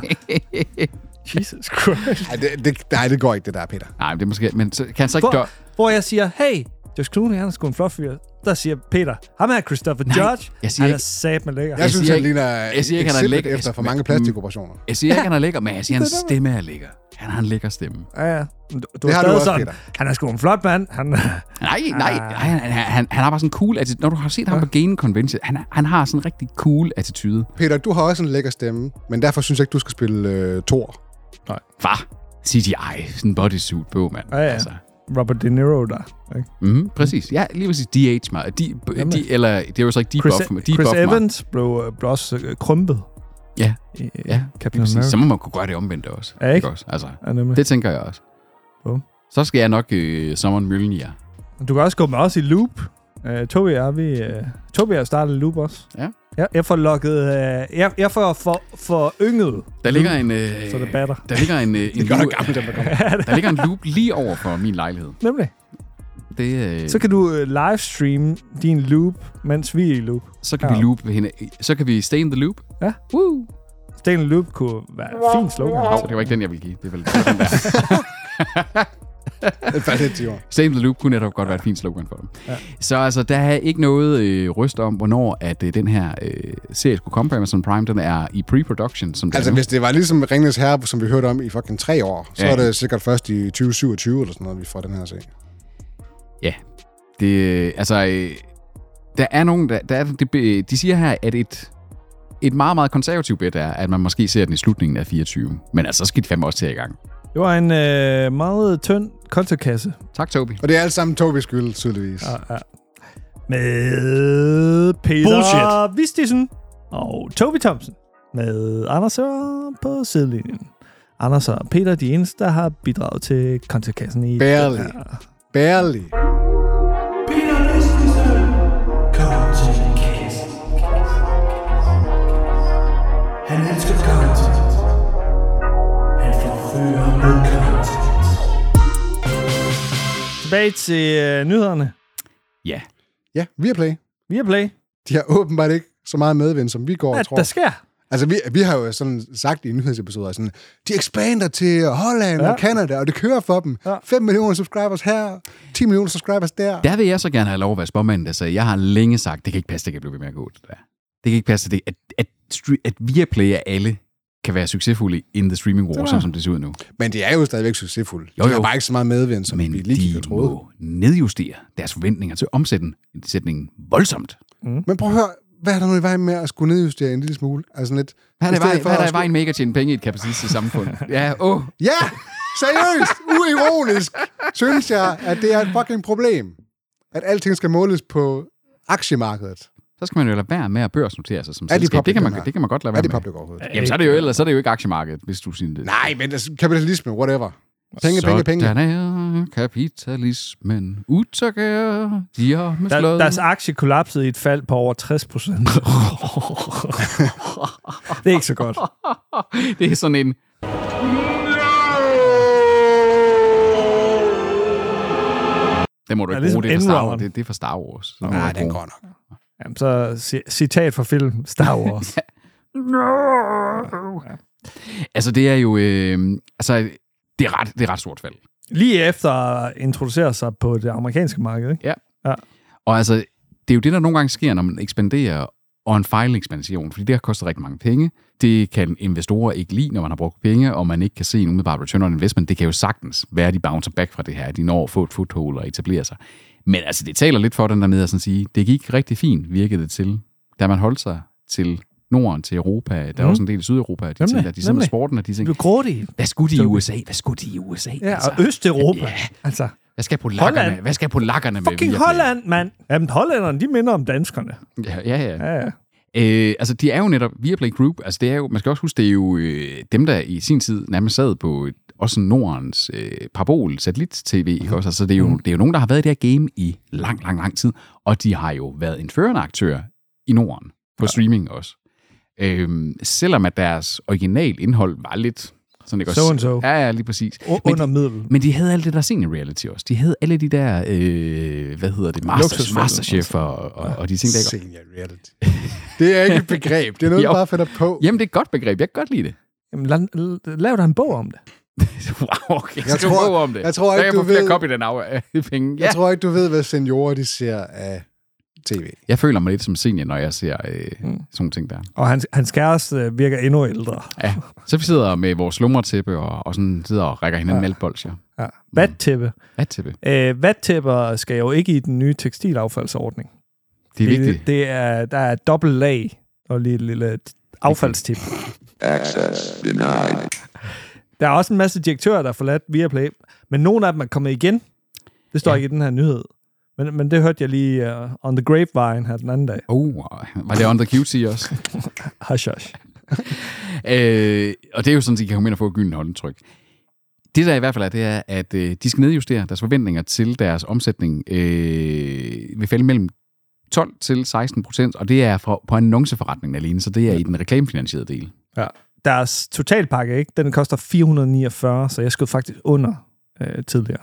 Speaker 4: Jesus Christ.
Speaker 3: Ej, det, det, nej, det går ikke, det der, Peter.
Speaker 2: Nej, men det er måske... Men så, kan han så ikke gøre...
Speaker 4: Hvor, hvor jeg siger, hey, Josh Clooney, han er sgu en flot fyr. Der siger Peter, ham er Christopher
Speaker 2: Nej,
Speaker 4: Judge.
Speaker 2: jeg siger
Speaker 4: han er
Speaker 2: ikke-
Speaker 4: sat med lækker.
Speaker 3: Jeg, jeg synes,
Speaker 2: siger
Speaker 3: han
Speaker 2: ikke-
Speaker 3: ligner
Speaker 2: jeg siger ikke, han er
Speaker 3: exhibit
Speaker 2: lækker.
Speaker 3: efter for
Speaker 2: Men- mm.
Speaker 3: mange plastikoperationer.
Speaker 2: Jeg siger ikke, han er lækker, men jeg siger, hans stemme er lækker. Han har en lækker stemme.
Speaker 4: Ja, ja. Men Du, du
Speaker 3: Det
Speaker 4: er
Speaker 3: har du
Speaker 4: stadig
Speaker 3: også,
Speaker 4: sådan,
Speaker 3: Peter.
Speaker 4: han er sgu en flot mand. Han,
Speaker 2: Nej, nej, nej han, han, han, han har bare sådan en cool attitude. Når du har set ham på Gain Convention, han, han har sådan en rigtig cool attitude.
Speaker 3: Peter, du har også en lækker stemme, men derfor synes jeg ikke, du skal spille øh, Thor.
Speaker 2: Hvad? CGI, sådan en bodysuit på, mand.
Speaker 4: Ja, ja. Robert De Niro der. Ikke?
Speaker 2: Mm, præcis. Ja, lige præcis. DH mig. De,
Speaker 4: Jamen.
Speaker 2: de, eller, det er jo så ikke
Speaker 4: Chris,
Speaker 2: debuff mig. De
Speaker 4: Chris
Speaker 2: buff mig.
Speaker 4: Evans blev, øh, blev også øh, krympet.
Speaker 2: Ja,
Speaker 4: i, øh,
Speaker 2: ja.
Speaker 4: Captain
Speaker 2: Lige præcis.
Speaker 4: America.
Speaker 2: Så må man kunne gøre det omvendt også.
Speaker 4: Ja, ikke?
Speaker 2: også? Altså,
Speaker 4: Ja, nemlig.
Speaker 2: det tænker jeg også.
Speaker 4: Bum.
Speaker 2: Så skal jeg nok øh, sommeren møllen jer.
Speaker 4: Du kan også gå med os i loop. Uh, Tobi er vi... Uh, Tobi har startet loop også.
Speaker 2: Ja.
Speaker 4: ja jeg får lukket... Uh, jeg, jeg får for, for ynget.
Speaker 2: Der ligger en... Øh,
Speaker 4: Mm. Så det batter.
Speaker 2: Der ligger en, øh, en
Speaker 3: godt nok
Speaker 2: loop,
Speaker 3: gammelt, dem, der kommer.
Speaker 2: der ligger en loop lige over for min lejlighed.
Speaker 4: Nemlig.
Speaker 2: Det, øh,
Speaker 4: Så
Speaker 2: så,
Speaker 4: kan du uh, livestream din loop, mens vi er i loop.
Speaker 2: så kan vi
Speaker 4: Ja.
Speaker 2: loop hende. Så kan vi stay in the loop.
Speaker 4: Ja.
Speaker 2: Woo.
Speaker 4: Sten Loop kunne være et fint slogan.
Speaker 2: Hov, det var ikke den, jeg ville give. Det var den der.
Speaker 3: Det er faktisk et 10 år.
Speaker 2: Stay in the loop kunne netop godt være et fint slogan for dem. Ja. Så altså, der er ikke noget øh, ryst om, hvornår at øh, den her øh, serie skulle komme på Amazon Prime. Den er i pre-production, som det
Speaker 3: Altså,
Speaker 2: er nu.
Speaker 3: hvis det var ligesom Ringnes Herre, som vi hørte om i fucking tre år, så
Speaker 2: Ja.
Speaker 3: er det sikkert først i 2027 eller sådan noget, vi får den her serie.
Speaker 2: Ja. Det, øh, altså, øh, der er nogen, der, der er, det, be- de siger her, at et, et meget, meget konservativt bet er, at man måske ser den i slutningen af 24. Men altså, så skal de fandme også til i gang.
Speaker 4: Det var en øh, meget tynd kontokasse.
Speaker 2: Tak, Tobi.
Speaker 3: Og det er alt sammen Tobis skyld, tydeligvis. Ja.
Speaker 4: Ja, ja. Med Peter
Speaker 1: Bullshit.
Speaker 4: Vistisen og Toby Thompson. Med Anders og på sidelinjen. Anders og Peter er de eneste, der har bidraget til kontokassen i...
Speaker 3: Barely. Barely.
Speaker 5: Peter Vestisen, Carlton Case. Han elsker Carlton. Han forfører med Carlton.
Speaker 4: Tilbage til øh, nyhederne.
Speaker 2: Ja.
Speaker 3: Ja, Viaplay.
Speaker 4: Via Play.
Speaker 3: De har åbenbart ikke så meget medvind, som vi går og
Speaker 4: Hvad
Speaker 3: tror.
Speaker 4: der sker?
Speaker 3: Altså, vi, vi har jo sådan sagt i nyhedsepisoder, sådan, de ekspander til Holland ja.
Speaker 4: Ja.
Speaker 3: og Canada, og det kører for dem.
Speaker 4: Ja.
Speaker 3: Ja. 5 millioner subscribers her, 10 millioner subscribers der.
Speaker 2: Der vil jeg så gerne have lov at være spåmanden, der sagde, jeg har længe sagt, det kan ikke passe, det kan blive ved med at gå. Det, der. det kan ikke passe, det, at, at, stre- at Viaplay og alle kan være succesfulde in the streaming war, sådan som det ser ud nu.
Speaker 3: Men de er jo stadigvæk succesfulde.
Speaker 2: Jo,
Speaker 3: De
Speaker 2: jo.
Speaker 3: har bare ikke så meget medvind, som
Speaker 2: Men
Speaker 3: vi lige gik
Speaker 2: de
Speaker 3: og troede.
Speaker 2: må nedjustere deres forventninger til omsætningen voldsomt.
Speaker 3: Men prøv at høre, hvad er der nu i vejen med at skulle nedjustere en lille smule? Altså sådan lidt...
Speaker 2: Hvad er
Speaker 3: i
Speaker 2: der,
Speaker 3: stedet
Speaker 2: vej,
Speaker 3: for
Speaker 2: hvad er
Speaker 3: at
Speaker 2: der i
Speaker 3: skulle-
Speaker 2: vejen med ikke at tjene penge i et kapitalistisk samfund? Ja, åh.
Speaker 3: Ja! Seriøst! Uironisk! Synes jeg, at det er et fucking problem. At alting skal måles på aktiemarkedet.
Speaker 2: Så skal man jo lade være med at børsnotere sig som
Speaker 3: Er de
Speaker 2: selskab. Det kan,
Speaker 3: public,
Speaker 2: man, det kan man godt lade
Speaker 3: Er
Speaker 2: være
Speaker 3: det
Speaker 2: med.
Speaker 3: public overhovedet?
Speaker 2: Jamen, så er det jo ellers så er det jo ikke aktiemarkedet, hvis du siger det.
Speaker 3: Nej, men altså, kapitalisme, whatever. Penge, penge, penge.
Speaker 2: Sådan er kapitalismen. Utager, de har
Speaker 4: Der,
Speaker 2: mislået.
Speaker 4: deres aktie kollapsede i et fald på over 60 procent. det er ikke så godt.
Speaker 2: Det er sådan en... Det må du
Speaker 4: Ja,
Speaker 2: ikke
Speaker 4: ligesom
Speaker 2: bruge, det er, for Star Wars.
Speaker 4: Enron.
Speaker 2: Det, det er for Star Wars. Så må du
Speaker 3: Nej,
Speaker 2: ikke
Speaker 3: den
Speaker 2: bruge-
Speaker 3: går nok.
Speaker 4: Jamen, så ci- citat fra film Star Wars.
Speaker 2: Altså, det er jo... Øh, altså, det er ret, det er ret stort fald.
Speaker 4: Lige efter at introducere sig på det amerikanske marked, ikke?
Speaker 2: Og altså, det er jo det, der nogle gange sker, når man ekspanderer og en fejlekspansion, fordi det har kostet rigtig mange penge. Det kan investorer ikke lide, når man har brugt penge, og man ikke kan se en umiddelbart return on investment. Det kan jo sagtens være, at de bouncer back fra det her, at de når at få et foothold og etablere sig. Men altså, det taler lidt for den der med at sådan sige, det gik rigtig fint, virkede det til, da man holdt sig til Norden til Europa. Der er også en del i Sydeuropa, de
Speaker 4: Mhm. Nemlig,
Speaker 2: nemlig, tænker, at de sidder med
Speaker 4: nemlig.
Speaker 2: sporten, og de
Speaker 4: Det
Speaker 2: tænker,
Speaker 4: blev grådige.
Speaker 2: hvad skulle de i USA? Hvad skulle de i USA?
Speaker 4: Ja, altså, og Østeuropa.
Speaker 2: Ja.
Speaker 4: Yeah. Altså,
Speaker 2: Hvad skal polakkerne,
Speaker 4: Holland.
Speaker 2: hvad skal polakkerne med?
Speaker 4: fucking
Speaker 2: Viaplay?
Speaker 4: Holland, mand. Jamen, hollænderne, de minder om danskerne.
Speaker 2: Ja, ja. ja.
Speaker 4: Ja, ja.
Speaker 2: Øh, altså, de er jo netop Viaplay Group. Altså, det er jo, man skal også huske, det er jo øh, dem, der i sin tid nærmest sad på et, også Nordens øh, parabol, satellit-tv.
Speaker 4: Mhm.
Speaker 2: Ikke også? Altså, det er, jo, det er jo nogen, der har været i det her game i lang, lang, lang tid. Og de har jo været en førende aktør i Norden på ja. streaming også. Øhm, selvom at deres original indhold var lidt... Sådan, ikke også?
Speaker 4: So and so.
Speaker 2: Ja, ja, lige præcis.
Speaker 4: U-
Speaker 2: Men
Speaker 4: under middel.
Speaker 2: men de havde alt det der senior-reality også. De havde alle de der, øh, hvad hedder det, master,
Speaker 4: Luksusfælden.
Speaker 2: masterchef og, og, og de ting, der ikke
Speaker 3: Senior reality. Det er ikke et begreb. Det er noget,
Speaker 2: Jo.
Speaker 3: du bare finder på.
Speaker 2: Jamen, det er et godt begreb. Jeg kan godt lide det.
Speaker 4: Jamen, la- la- lav dig en bog om det.
Speaker 2: Wow, okay.
Speaker 3: Jeg
Speaker 2: Jeg skal
Speaker 3: tror-
Speaker 2: tror, om det.
Speaker 3: jeg tror
Speaker 2: Så
Speaker 3: ikke,
Speaker 2: jeg
Speaker 3: du
Speaker 2: får flere
Speaker 3: ved-
Speaker 2: copy den af af penge. Ja.
Speaker 3: Jeg
Speaker 2: Jeg, tror...
Speaker 3: tror ikke, du ved, hvad seniorer de ser af tv.
Speaker 2: jeg føler mig lidt som senior, når jeg ser øh, mm. sådan nogle ting der.
Speaker 4: Og hans, hans kæreste øh, virker endnu ældre.
Speaker 2: Ja. Så vi sidder med vores lummertæppe og, og sådan sidder og rækker hinanden ja. med altbolsjer.
Speaker 4: Ja. Vattæppe.
Speaker 2: Vattæppe.
Speaker 4: Øh, vattæpper skal jo ikke i den nye tekstilaffaldsordning.
Speaker 2: Det er vigtigt.
Speaker 4: Det, det er, der er dobbelt lag og lige et lille affaldstip.
Speaker 6: Access denied.
Speaker 4: Der er også en masse direktører, der har forladt Viaplay, men nogle af dem er kommet igen. Det står ja. ikke i den her nyhed. Men, men det hørte jeg lige uh, on the grapevine her den anden dag.
Speaker 2: Oh, var det on the cutie også?
Speaker 4: Hush, hush.
Speaker 2: Øh, og det er jo sådan, at de kan komme ind og få et gyldent håndtryk. Det der i hvert fald er, det er, at øh, de skal nedjustere deres forventninger til deres omsætning øh, vil falde mellem 12 til 16 procent, og det er fra, på annonceforretningen alene, så det er i den reklamefinansierede del.
Speaker 4: Ja. Deres totalpakke, ikke? den koster 449, så jeg skød faktisk under øh, tidligere.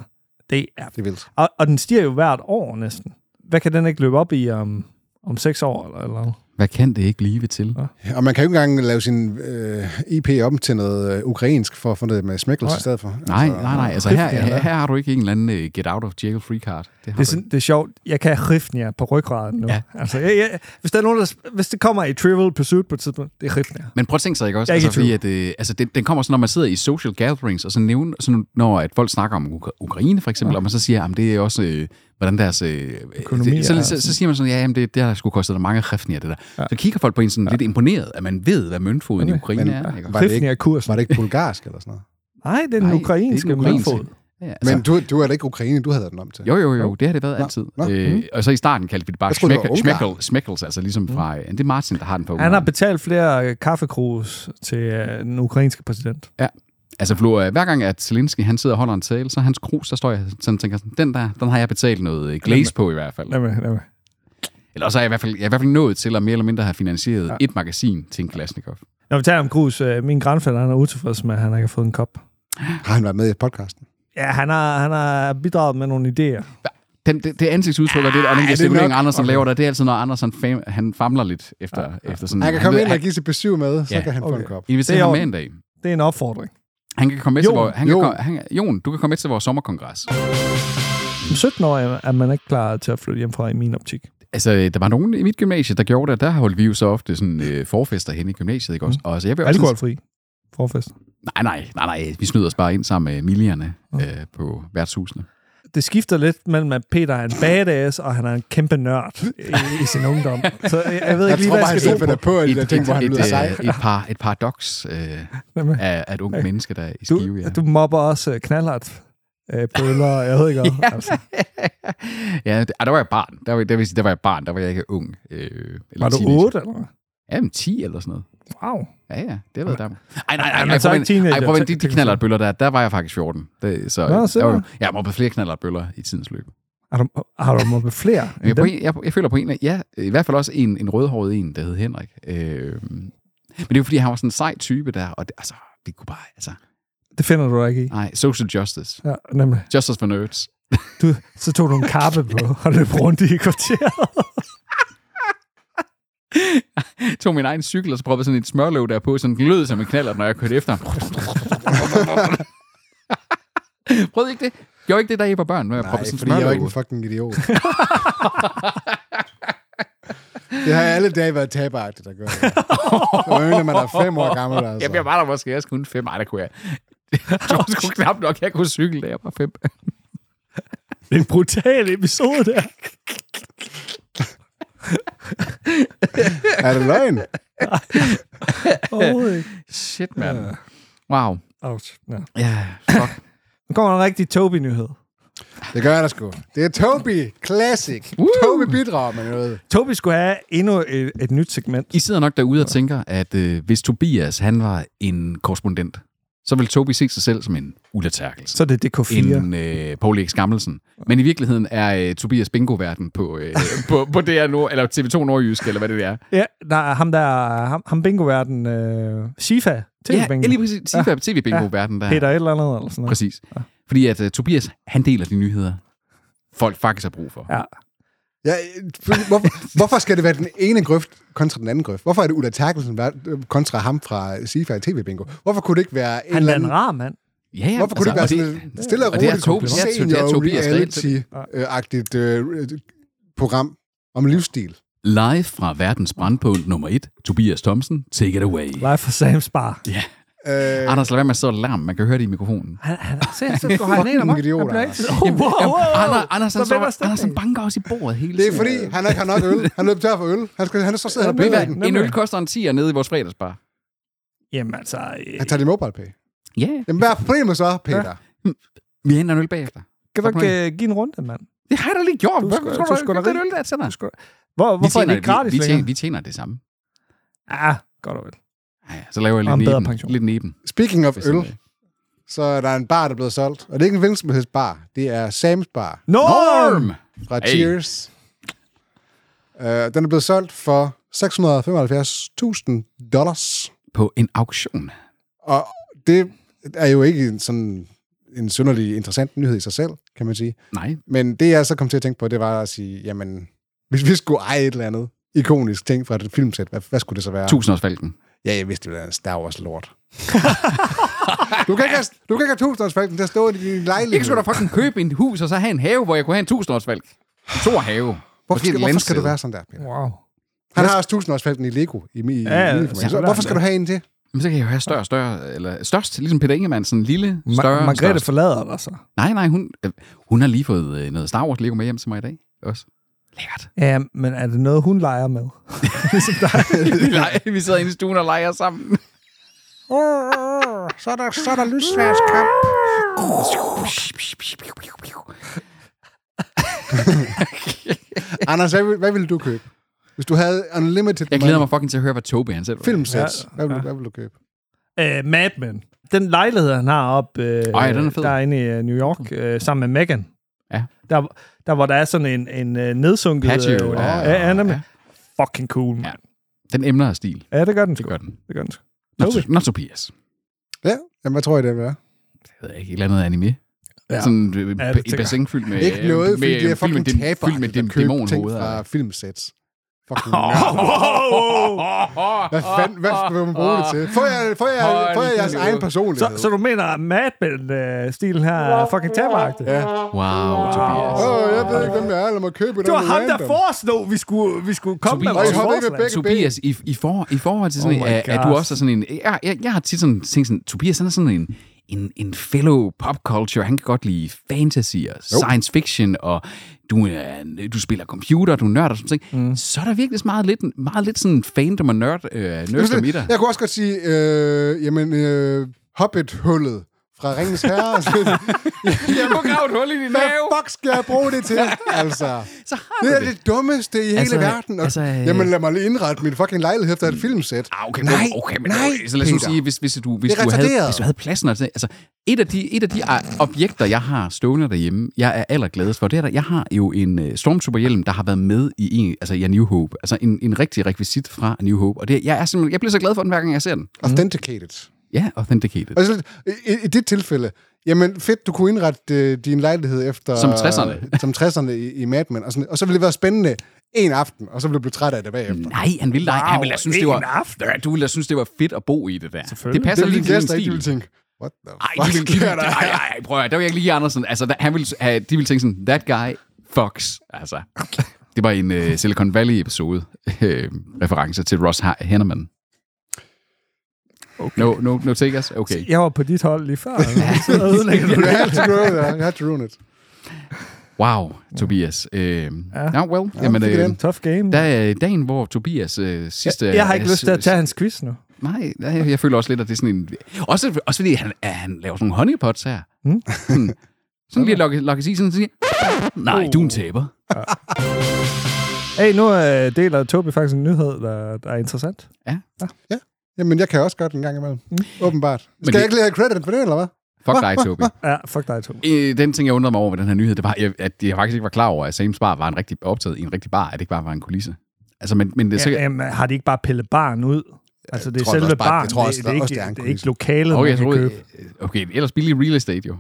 Speaker 4: Det er...
Speaker 3: Det er vildt.
Speaker 4: Og, og den stiger jo hvert år næsten. Hvad kan den ikke løbe op i om, om seks år? Eller, eller? noget?
Speaker 2: Hvad kan det ikke blive til?
Speaker 3: Og man kan jo ikke engang lave sin øh, IP om til noget øh, ukrainsk, for at få noget med smækkels i stedet for.
Speaker 2: Nej, nej, nej. Altså,
Speaker 3: kæft,
Speaker 2: her,
Speaker 3: det er
Speaker 2: her, her har du ikke en eller anden øh, get out of jail free card. Det har
Speaker 4: Det, er
Speaker 2: det du
Speaker 4: sådan, det er sjovt. Jeg kan riften jer på ryggraden nu.
Speaker 2: Ja.
Speaker 4: Altså, jeg, jeg, hvis, der er nogen, der, hvis det kommer i Trivial Pursuit på et tidspunkt, det er riften jer.
Speaker 2: Men prøv at tænke sig, ikke også?
Speaker 4: Jeg er ikke
Speaker 2: altså,
Speaker 4: i
Speaker 2: fordi, at, øh, altså, den, den kommer sådan, når man sidder i social gatherings, og så nævner, sådan, når at folk snakker om Ukra- Ukraine, for eksempel, ja. og man så siger, at det er også, øh, hvordan deres... Øh,
Speaker 4: Økonomi
Speaker 2: det, så,
Speaker 4: er
Speaker 2: så, så, siger man sådan, ja, jamen, det, det har sgu kostet dig mange kræfter, det der. Ja. Så kigger folk på en sådan ja. lidt imponeret, at man ved, hvad møntfoden i Ukraine
Speaker 3: Men-
Speaker 2: er. Ikke?
Speaker 3: Var det,
Speaker 4: Riften
Speaker 3: ikke,
Speaker 4: jer kurs.
Speaker 3: var det ikke bulgarsk eller sådan noget?
Speaker 4: Nej, det
Speaker 2: Nej,
Speaker 4: er den Nej,
Speaker 2: det er
Speaker 4: ukrainske
Speaker 2: den ukrainske.
Speaker 4: møntfod.
Speaker 2: Ja, altså,
Speaker 3: Men du, du er da ikke ukraine, du havde den om til.
Speaker 2: jo, jo, jo, det har det været
Speaker 3: Nå,
Speaker 2: altid.
Speaker 3: nå, Mhm.
Speaker 2: Øh, og så i starten kaldte vi det bare
Speaker 3: Jeg troede, det var
Speaker 2: Schmeckel-
Speaker 3: Ungarn. Mhm.
Speaker 2: Schmeckel- Schmeckels, altså ligesom fra... Øh, det er Martin, der har den på
Speaker 4: Han har
Speaker 2: Ungarn.
Speaker 4: betalt flere øh, kaffekrus til øh, den ukrainske præsident.
Speaker 2: Altså, Flo, øh, hver gang at Zelensky, han sidder og holder en tale, så er hans krus, der står jeg sådan og tænker sådan, den der, den har jeg betalt noget øh, glaze på i hvert fald.
Speaker 4: Lad mig, lad mig.
Speaker 2: Eller så er jeg i hvert fald, jeg er i hvert fald nået til at mere eller mindre have finansieret ja. et magasin til en Kalashnikov.
Speaker 4: Når vi taler om krus, øh, min grandfælder han er utilfreds med, at han ikke har fået en kop.
Speaker 3: Har han været med i podcasten?
Speaker 4: Ja, han har, han har bidraget med nogle idéer.
Speaker 2: Den, det, det ansigtsudtryk, og det, og den gestikulering,
Speaker 3: Ah, nok?
Speaker 2: Andersen
Speaker 3: Okay.
Speaker 2: okay. laver der, det er altid, når Andersen fam, han famler lidt efter, ja. efter sådan...
Speaker 3: Han kan komme
Speaker 2: ved-
Speaker 3: ind og give sit besøg med, så
Speaker 2: Ja,
Speaker 3: kan han få
Speaker 4: okay.
Speaker 3: en kop.
Speaker 2: inviterer
Speaker 4: Det er
Speaker 2: ham
Speaker 4: jo-
Speaker 2: med en dag.
Speaker 4: Det er en opfordring.
Speaker 2: Han kan komme med
Speaker 4: Jon,
Speaker 2: til vores... Han kan
Speaker 3: Jon.
Speaker 2: komme, han, Jon, du kan komme med til vores sommerkongres.
Speaker 4: Som 17 år er man ikke klar til at flytte hjem fra i min optik.
Speaker 2: Altså, øh, der var nogen i mit gymnasie, der gjorde det, og der holdt vi jo så ofte sådan øh, forfester hen i gymnasiet, ikke også? Og altså, jeg vil også
Speaker 4: Alkoholfri forfest.
Speaker 2: Nej, nej, nej, nej. Vi snyder os bare ind sammen med miljerne øh, på værtshusene.
Speaker 4: Det skifter lidt mellem, at Peter er en badass, og han er en kæmpe nørd i, i sin ungdom. Så jeg, jeg ved
Speaker 3: Jeg
Speaker 4: ikke lige,
Speaker 3: tror
Speaker 4: hvad
Speaker 3: bare,
Speaker 4: jeg
Speaker 3: han
Speaker 4: skal
Speaker 3: selv
Speaker 4: tro på.
Speaker 3: finder på, at jeg tænker, hvor han
Speaker 2: et,
Speaker 3: lyder sej.
Speaker 2: øh, et, par, et paradoks øh,
Speaker 4: Hvad med?
Speaker 2: af, af et ungt menneske, der er i skive.
Speaker 4: Du,
Speaker 2: Ja.
Speaker 4: du mobber også øh, knallert øh, bøller, jeg ved ikke hvad. altså.
Speaker 2: ja, det, ah, der var jeg barn. Der var, der, vil sige, der var jeg barn, der var jeg ikke ung. Øh, eller
Speaker 4: Var du
Speaker 2: teenager.
Speaker 4: 8 eller hvad?
Speaker 2: Ja, men 10 eller sådan noget.
Speaker 4: Wow.
Speaker 2: Ja, ja, det ved jeg der. Ej, nej, nej,
Speaker 4: men
Speaker 2: nej,
Speaker 4: så
Speaker 2: prøv
Speaker 4: ikke
Speaker 2: at vente.
Speaker 4: teenager.
Speaker 2: Ej, prøv at vente,
Speaker 4: Så-
Speaker 2: de, de knallertbøller der, der var jeg faktisk 14. Det, så,
Speaker 4: Nå, se
Speaker 2: jeg,
Speaker 4: der.
Speaker 2: var, jeg var på flere knallertbøller i tidens løb.
Speaker 4: Har du, har du mobbet flere?
Speaker 2: Men
Speaker 4: end
Speaker 2: jeg, på
Speaker 4: dem?
Speaker 2: en, jeg, jeg føler på en af, ja, i hvert fald også en, en rødhåret en, der hed Henrik. Øh, men det er jo fordi, han var sådan en sej type der, og det, altså, vi kunne bare, altså,
Speaker 4: Det finder du dig ikke i.
Speaker 2: nej, social justice.
Speaker 4: Ja, nemlig.
Speaker 2: Justice for nerds.
Speaker 4: Du, så tog du en kappe på og løb rundt i kvarteret.
Speaker 2: Jeg tog min egen cykel, og så proppede sådan et smørlåg der på, sådan den lød som en knaller, når jeg kørte efter ham. Prøvede I ikke det? Gjorde I ikke det, der I var børn, når jeg
Speaker 3: Nej,
Speaker 2: proppede sådan et
Speaker 3: fordi jeg er jo
Speaker 2: smørlåg?
Speaker 3: ikke en fucking idiot. det har jeg alle dage været taberagtigt, der gør det. Det var når man er fem år gammel, altså.
Speaker 2: Jamen, jeg var der måske også kun fem. Ej, der kunne jeg. Jeg tror sgu knap nok, jeg kunne cykle, da jeg var fem.
Speaker 4: Det er en brutal episode der.
Speaker 3: Er det løgn?
Speaker 4: Overhovedet ikke.
Speaker 2: Shit, mand. Wow.
Speaker 4: Ouch. Ja.
Speaker 2: Ja, fuck.
Speaker 4: Nu kommer en rigtig Toby-nyhed.
Speaker 3: Det gør der sgu. Det er Toby Classic. Uh! Toby bidrager med noget.
Speaker 4: Toby skulle have endnu et, et nyt segment.
Speaker 2: I sidder nok derude og tænker, at øh, hvis Tobias han var en korrespondent, så ville Tobi se sig selv som en Ulla Terkelsen.
Speaker 4: Så er det DK4.
Speaker 2: en øh, Paul Erik Skammelsen. Men i virkeligheden er øh, Tobias bingo-verden på, øh, på, på DR Nord, eller TV2 Nordjysk, eller hvad det er.
Speaker 4: Ja, der er ham der, ham, ham bingo-verden, øh, Sifa,
Speaker 2: Ja,
Speaker 4: tv-bingo.
Speaker 2: lige præcis. Ja. TV-bingo-verden, der
Speaker 4: Peter et eller andet, eller sådan noget.
Speaker 2: Præcis. Fordi at uh, Tobias, han deler de nyheder, folk faktisk har brug for.
Speaker 4: Ja.
Speaker 3: Ja, øh, hvorfor, hvorfor skal det være den ene grøft kontra den anden grøft? Hvorfor er det Ulla Terkelsen hver- øh, kontra ham fra Sifa i TV Bingo? Hvorfor kunne det ikke være en
Speaker 4: Han
Speaker 3: eller
Speaker 4: er en
Speaker 3: anden...
Speaker 4: rar mand.
Speaker 2: ja, ja
Speaker 3: Hvorfor kunne det ikke
Speaker 2: Altså,
Speaker 3: være
Speaker 2: og
Speaker 3: sådan et stille og
Speaker 2: og det er
Speaker 3: roligt
Speaker 2: Tobias- det er
Speaker 3: senior
Speaker 2: Tobias reelt set.
Speaker 3: reality-agtigt øh, øh, program om livsstil? Øh,
Speaker 2: Live fra verdens brandpunkt nummer et, Tobias Thomsen, take it away.
Speaker 4: Live fra Sam's Bar.
Speaker 3: Øh,
Speaker 2: Anders, lad være med at sidde og larme. Man kan høre det i mikrofonen.
Speaker 4: Han, han, se, så skulle han en af mig.
Speaker 3: Fucking idioter,
Speaker 4: Han bliver
Speaker 3: altså.
Speaker 4: altid... Oh, wow, wow,
Speaker 2: Anders, Anders, han,
Speaker 4: Så vender
Speaker 2: så,
Speaker 4: stemningen.
Speaker 2: Anders, han banker også i bordet hele
Speaker 3: det er
Speaker 2: tiden.
Speaker 3: fordi, han ikke har nok øl. Han løb tør for øl. Han, skal, han er så sidder han og
Speaker 4: Ved I
Speaker 3: beder i
Speaker 4: hvad?
Speaker 3: den.
Speaker 2: En
Speaker 4: Nemlig.
Speaker 2: øl koster en 10'er nede i vores fredagsbar.
Speaker 4: Jamen altså... Øh,
Speaker 3: Han tager det mobile pay.
Speaker 2: Ja, yeah.
Speaker 3: Jamen, hvad er problemet så, Peter?
Speaker 2: vi henter en øl bagefter.
Speaker 4: kan du
Speaker 2: tak,
Speaker 4: ikke øh, give en runde, mand?
Speaker 2: Det har jeg da lige gjort.
Speaker 4: Du
Speaker 2: Hvad
Speaker 4: skal-
Speaker 2: tror
Speaker 4: du skal da
Speaker 2: den
Speaker 4: rig-
Speaker 2: øl der til dig?
Speaker 4: Hvor,
Speaker 2: Vi
Speaker 4: hvorfor er det
Speaker 2: tjener-
Speaker 4: ikke gratis
Speaker 2: vi, vi, tjener,
Speaker 4: længere?
Speaker 2: vi tjener det samme.
Speaker 4: Ah, godt og vel.
Speaker 2: Ja, ja, så laver jeg
Speaker 4: Og en
Speaker 2: lidt
Speaker 4: bedre
Speaker 2: neben.
Speaker 4: pension.
Speaker 2: Lidt neben.
Speaker 3: Speaking of
Speaker 2: hvis jeg
Speaker 3: øl, så er der en bar, der er blevet solgt. Og det er ikke en hvilken som helst bar. Det er Sam's Bar
Speaker 4: Norm!
Speaker 2: Norm!
Speaker 3: fra
Speaker 2: Hey.
Speaker 3: Cheers. Øh, den er blevet solgt for 675.000 dollars.
Speaker 2: På en auktion.
Speaker 3: Og det er jo ikke en sådan en synderlig interessant nyhed i sig selv, kan man sige.
Speaker 2: Nej,
Speaker 3: Men det, jeg så kom til at tænke på, det var at sige, jamen, hvis vi skulle eje et eller andet ikonisk ting fra et filmsæt, hvad, hvad skulle det så være?
Speaker 2: tusindårsfalken.
Speaker 3: Ja, jeg vidste, det ville være en Star Wars lort. du kan ikke have, du kan ikke have tusindårsfalken til at stå i din lejlighed.
Speaker 2: Ikke skulle du da fucking købe en hus og så have en have, hvor jeg kunne have en tusindårsfalk. En stor have.
Speaker 3: Hvorfor skal, hvorfor skal du
Speaker 2: det
Speaker 3: være sådan der, Peter?
Speaker 4: Wow.
Speaker 3: Han har også tusindårsfalken i Lego. I, i,
Speaker 4: Ja,
Speaker 3: i min
Speaker 4: ja,
Speaker 3: format. så, hvorfor skal du have en til?
Speaker 2: Men så kan jeg jo have større og større, eller størst, ligesom Peter Ingemann, sådan en lille, større,
Speaker 4: Ma- Margrethe
Speaker 2: størst.
Speaker 4: forlader altså. dig så.
Speaker 2: Nej, nej, hun, øh, hun har lige fået øh, noget Star Wars Lego med hjem til mig i dag. Også. Lækkert.
Speaker 4: Ja, men er det noget, hun leger med? ligesom dig.
Speaker 2: Vi, leger, vi sidder inde i stuen og leger sammen.
Speaker 3: Så er der, så er der lysværskamp. Anders, hvad, vil- hvad ville du købe? Hvis du havde unlimited
Speaker 2: Jeg glæder mig fucking til at høre, hvad Tobi han selv
Speaker 3: Filmsets.
Speaker 4: Ja.
Speaker 3: Hvad vil, hvad vil du købe?
Speaker 4: Øh, Mad Men. Den lejlighed, han har op øh,
Speaker 2: Ej, den er fed. Mm.
Speaker 4: derinde i øh, New York, øh, sammen med Megan.
Speaker 2: Ja.
Speaker 4: Der, der, hvor der er sådan en, en øh, nedsunket...
Speaker 2: Patio.
Speaker 4: Øh,
Speaker 2: og-
Speaker 4: ja, ja, ja,
Speaker 2: ja.
Speaker 4: ja. Fucking cool, mand.
Speaker 2: Den emner og stil.
Speaker 4: Ja, det gør den
Speaker 2: Det
Speaker 4: sgu.
Speaker 2: gør den.
Speaker 4: Det gør den sgu.
Speaker 2: Not,
Speaker 4: Tobi.
Speaker 2: not Tobias.
Speaker 3: Ja, jamen, hvad tror I, det vil være?
Speaker 2: Jeg ved ikke, et eller andet anime. Ja.
Speaker 4: Ja.
Speaker 2: Sådan øh,
Speaker 4: Ja,
Speaker 2: ja,
Speaker 4: det
Speaker 2: et
Speaker 4: tænker
Speaker 2: bassin fyldt med...
Speaker 3: Ikke noget,
Speaker 2: med,
Speaker 3: fordi det er
Speaker 2: fyldt med
Speaker 3: fucking
Speaker 2: dem-
Speaker 3: taber,
Speaker 2: Fyldt med
Speaker 3: at købe ting
Speaker 2: dæmonhoveder.
Speaker 3: fra filmsets. Fucking Hvad
Speaker 2: Hvad
Speaker 3: fanden, hvad skal man bruge det til? Får jeg, får jeg, får jeg jeres egen
Speaker 4: Så,
Speaker 3: personlighed?
Speaker 4: så du mener, at Mad Men-stilen her er fucking taberagtig?
Speaker 3: Ja.
Speaker 2: Wow, Tobias.
Speaker 3: Åh, jeg ved ikke, hvem jeg er. Lad mig købe
Speaker 4: Det var
Speaker 3: noget
Speaker 4: ham, der
Speaker 3: random.
Speaker 4: foreslog, vi skulle, vi skulle komme med
Speaker 2: Tobias.
Speaker 4: vores
Speaker 2: Og I
Speaker 3: hoppede ikke med
Speaker 4: forslag.
Speaker 3: begge-
Speaker 2: Tobias, i, i, for, i forhold til sådan,
Speaker 4: Oh
Speaker 2: oh
Speaker 4: my
Speaker 2: at, at du
Speaker 4: God.
Speaker 2: også er sådan en... Jeg, jeg, jeg har tit sådan, tænkt sådan, Tobias han er sådan en, en, en fellow pop culture. Han kan godt lide fantasy og science fiction, og du, er, du spiller computer, du er nørd og sådan ting. Mm. Så er der virkelig meget lidt, meget lidt sådan fandom og nørd, øh, nørdom i dig.
Speaker 3: Jeg kunne også godt sige, øh, jamen, øh, Hobbit-hullet fra Ringens Herre.
Speaker 2: Jeg må grave et hul i din
Speaker 3: Hvad fuck skal jeg bruge det til? Altså,
Speaker 2: Så har
Speaker 3: det
Speaker 2: du
Speaker 3: er
Speaker 2: det.
Speaker 3: det dummeste i hele
Speaker 2: Altså,
Speaker 3: verden. Og,
Speaker 2: altså,
Speaker 3: altså,
Speaker 2: øh,
Speaker 3: jamen, lad mig lige indrette min fucking lejlighed efter et filmsæt.
Speaker 2: Ah, okay,
Speaker 3: nej,
Speaker 2: nej, okay, men
Speaker 3: nej,
Speaker 2: okay, så lad os nu
Speaker 3: Peter.
Speaker 2: sige, hvis, hvis, du, hvis,
Speaker 3: Det er
Speaker 2: du havde,
Speaker 3: retarderet.
Speaker 2: hvis du havde pladsen, altså, altså et af de, et af de øh, objekter, jeg har stående derhjemme, jeg er allergladest for, det er, der, jeg har jo en uh, stormtrooperhjelm, der har været med i, en, altså, i A New Hope, altså en, en rigtig rekvisit fra A New Hope, og det, jeg, er simpelthen, jeg bliver så glad for den, hver gang jeg ser den.
Speaker 3: Authenticated.
Speaker 2: Ja, authenticated.
Speaker 3: Og så, i, I dit tilfælde, jamen fedt, du kunne indrette øh, din lejlighed efter...
Speaker 2: Som 60'erne.
Speaker 3: Som 60'erne i, i Mad Men. Og, sådan, og så ville det være spændende en aften, og så ville du blive træt af det bagefter.
Speaker 2: Nej, han ville, wow, han ville da synes, det
Speaker 4: en
Speaker 2: var,
Speaker 4: aften.
Speaker 2: du ville da synes, det var fedt at bo i det der. Det
Speaker 4: Selvfølgelig.
Speaker 2: passer altså,
Speaker 3: det
Speaker 2: lige
Speaker 3: ville
Speaker 2: til
Speaker 3: dine
Speaker 2: din
Speaker 3: gæster ikke, de
Speaker 2: stil.
Speaker 3: ville tænke, what the
Speaker 2: Ej, de
Speaker 3: fuck
Speaker 2: vil, de vil,
Speaker 3: sker der?
Speaker 2: ej, ej, prøv at, høre, der vil jeg ikke lige Andersen. Altså, der, han vil, have, de vil tænke sådan, that guy fucks. Altså, det var en uh, Silicon Valley-episode. Øh, reference til Ross Ha- Henneman. Okay. No, no, no takers? Okay.
Speaker 4: Jeg var på dit hold lige før. Så ødelægger du
Speaker 3: You
Speaker 4: det.
Speaker 3: had to ruin it. You had to ruin it.
Speaker 2: Wow, Tobias. Øh, ja. Now, well, ja, jamen,
Speaker 3: fik
Speaker 2: øh,
Speaker 3: jeg den.
Speaker 4: Tough game.
Speaker 2: der er dagen, hvor Tobias øh, sidste...
Speaker 4: jeg, jeg har ikke lyst til at tage hans quiz nu.
Speaker 2: Nej, nej, jeg føler også lidt, at det er sådan en... Også, også fordi han, at han laver sådan nogle honeypots her. Hmm.
Speaker 4: Mm.
Speaker 2: Sådan, sådan lige lukkes lukkes i, sådan siger, nej, du er en taber.
Speaker 4: Hey, nu øh, deler Tobi faktisk en nyhed, der, der er interessant.
Speaker 3: Jamen, jeg kan også godt en gang imellem. Mm. Åbenbart. Skal
Speaker 2: det-
Speaker 3: jeg ikke lige have credit for det, eller hvad?
Speaker 2: Fuck dig, Tobi.
Speaker 4: Ja, fuck dig, Tobi.
Speaker 2: Øh, Den ting, jeg undrede mig over ved den her nyhed, det var, jeg- at jeg faktisk ikke var klar over, at Sam's Bar var en rigtig optaget i en rigtig bar, at det ikke bare var en kulisse. Altså, men, men det er
Speaker 4: Ja,
Speaker 2: sikkert...
Speaker 4: jamen, har de ikke bare pillet baren ud? Altså, det er
Speaker 3: tror da
Speaker 4: selve
Speaker 3: også bare-
Speaker 4: baren.
Speaker 3: jeg tror også,
Speaker 4: det,
Speaker 3: der-
Speaker 4: det, er ikke,
Speaker 3: også, det er en
Speaker 4: det, det er ikke
Speaker 3: kulisse.
Speaker 4: lokalet,
Speaker 2: Okay,
Speaker 4: okay,
Speaker 2: jeg
Speaker 4: man kan
Speaker 2: troede,
Speaker 4: købe.
Speaker 2: okay, ellers billig real estate jo.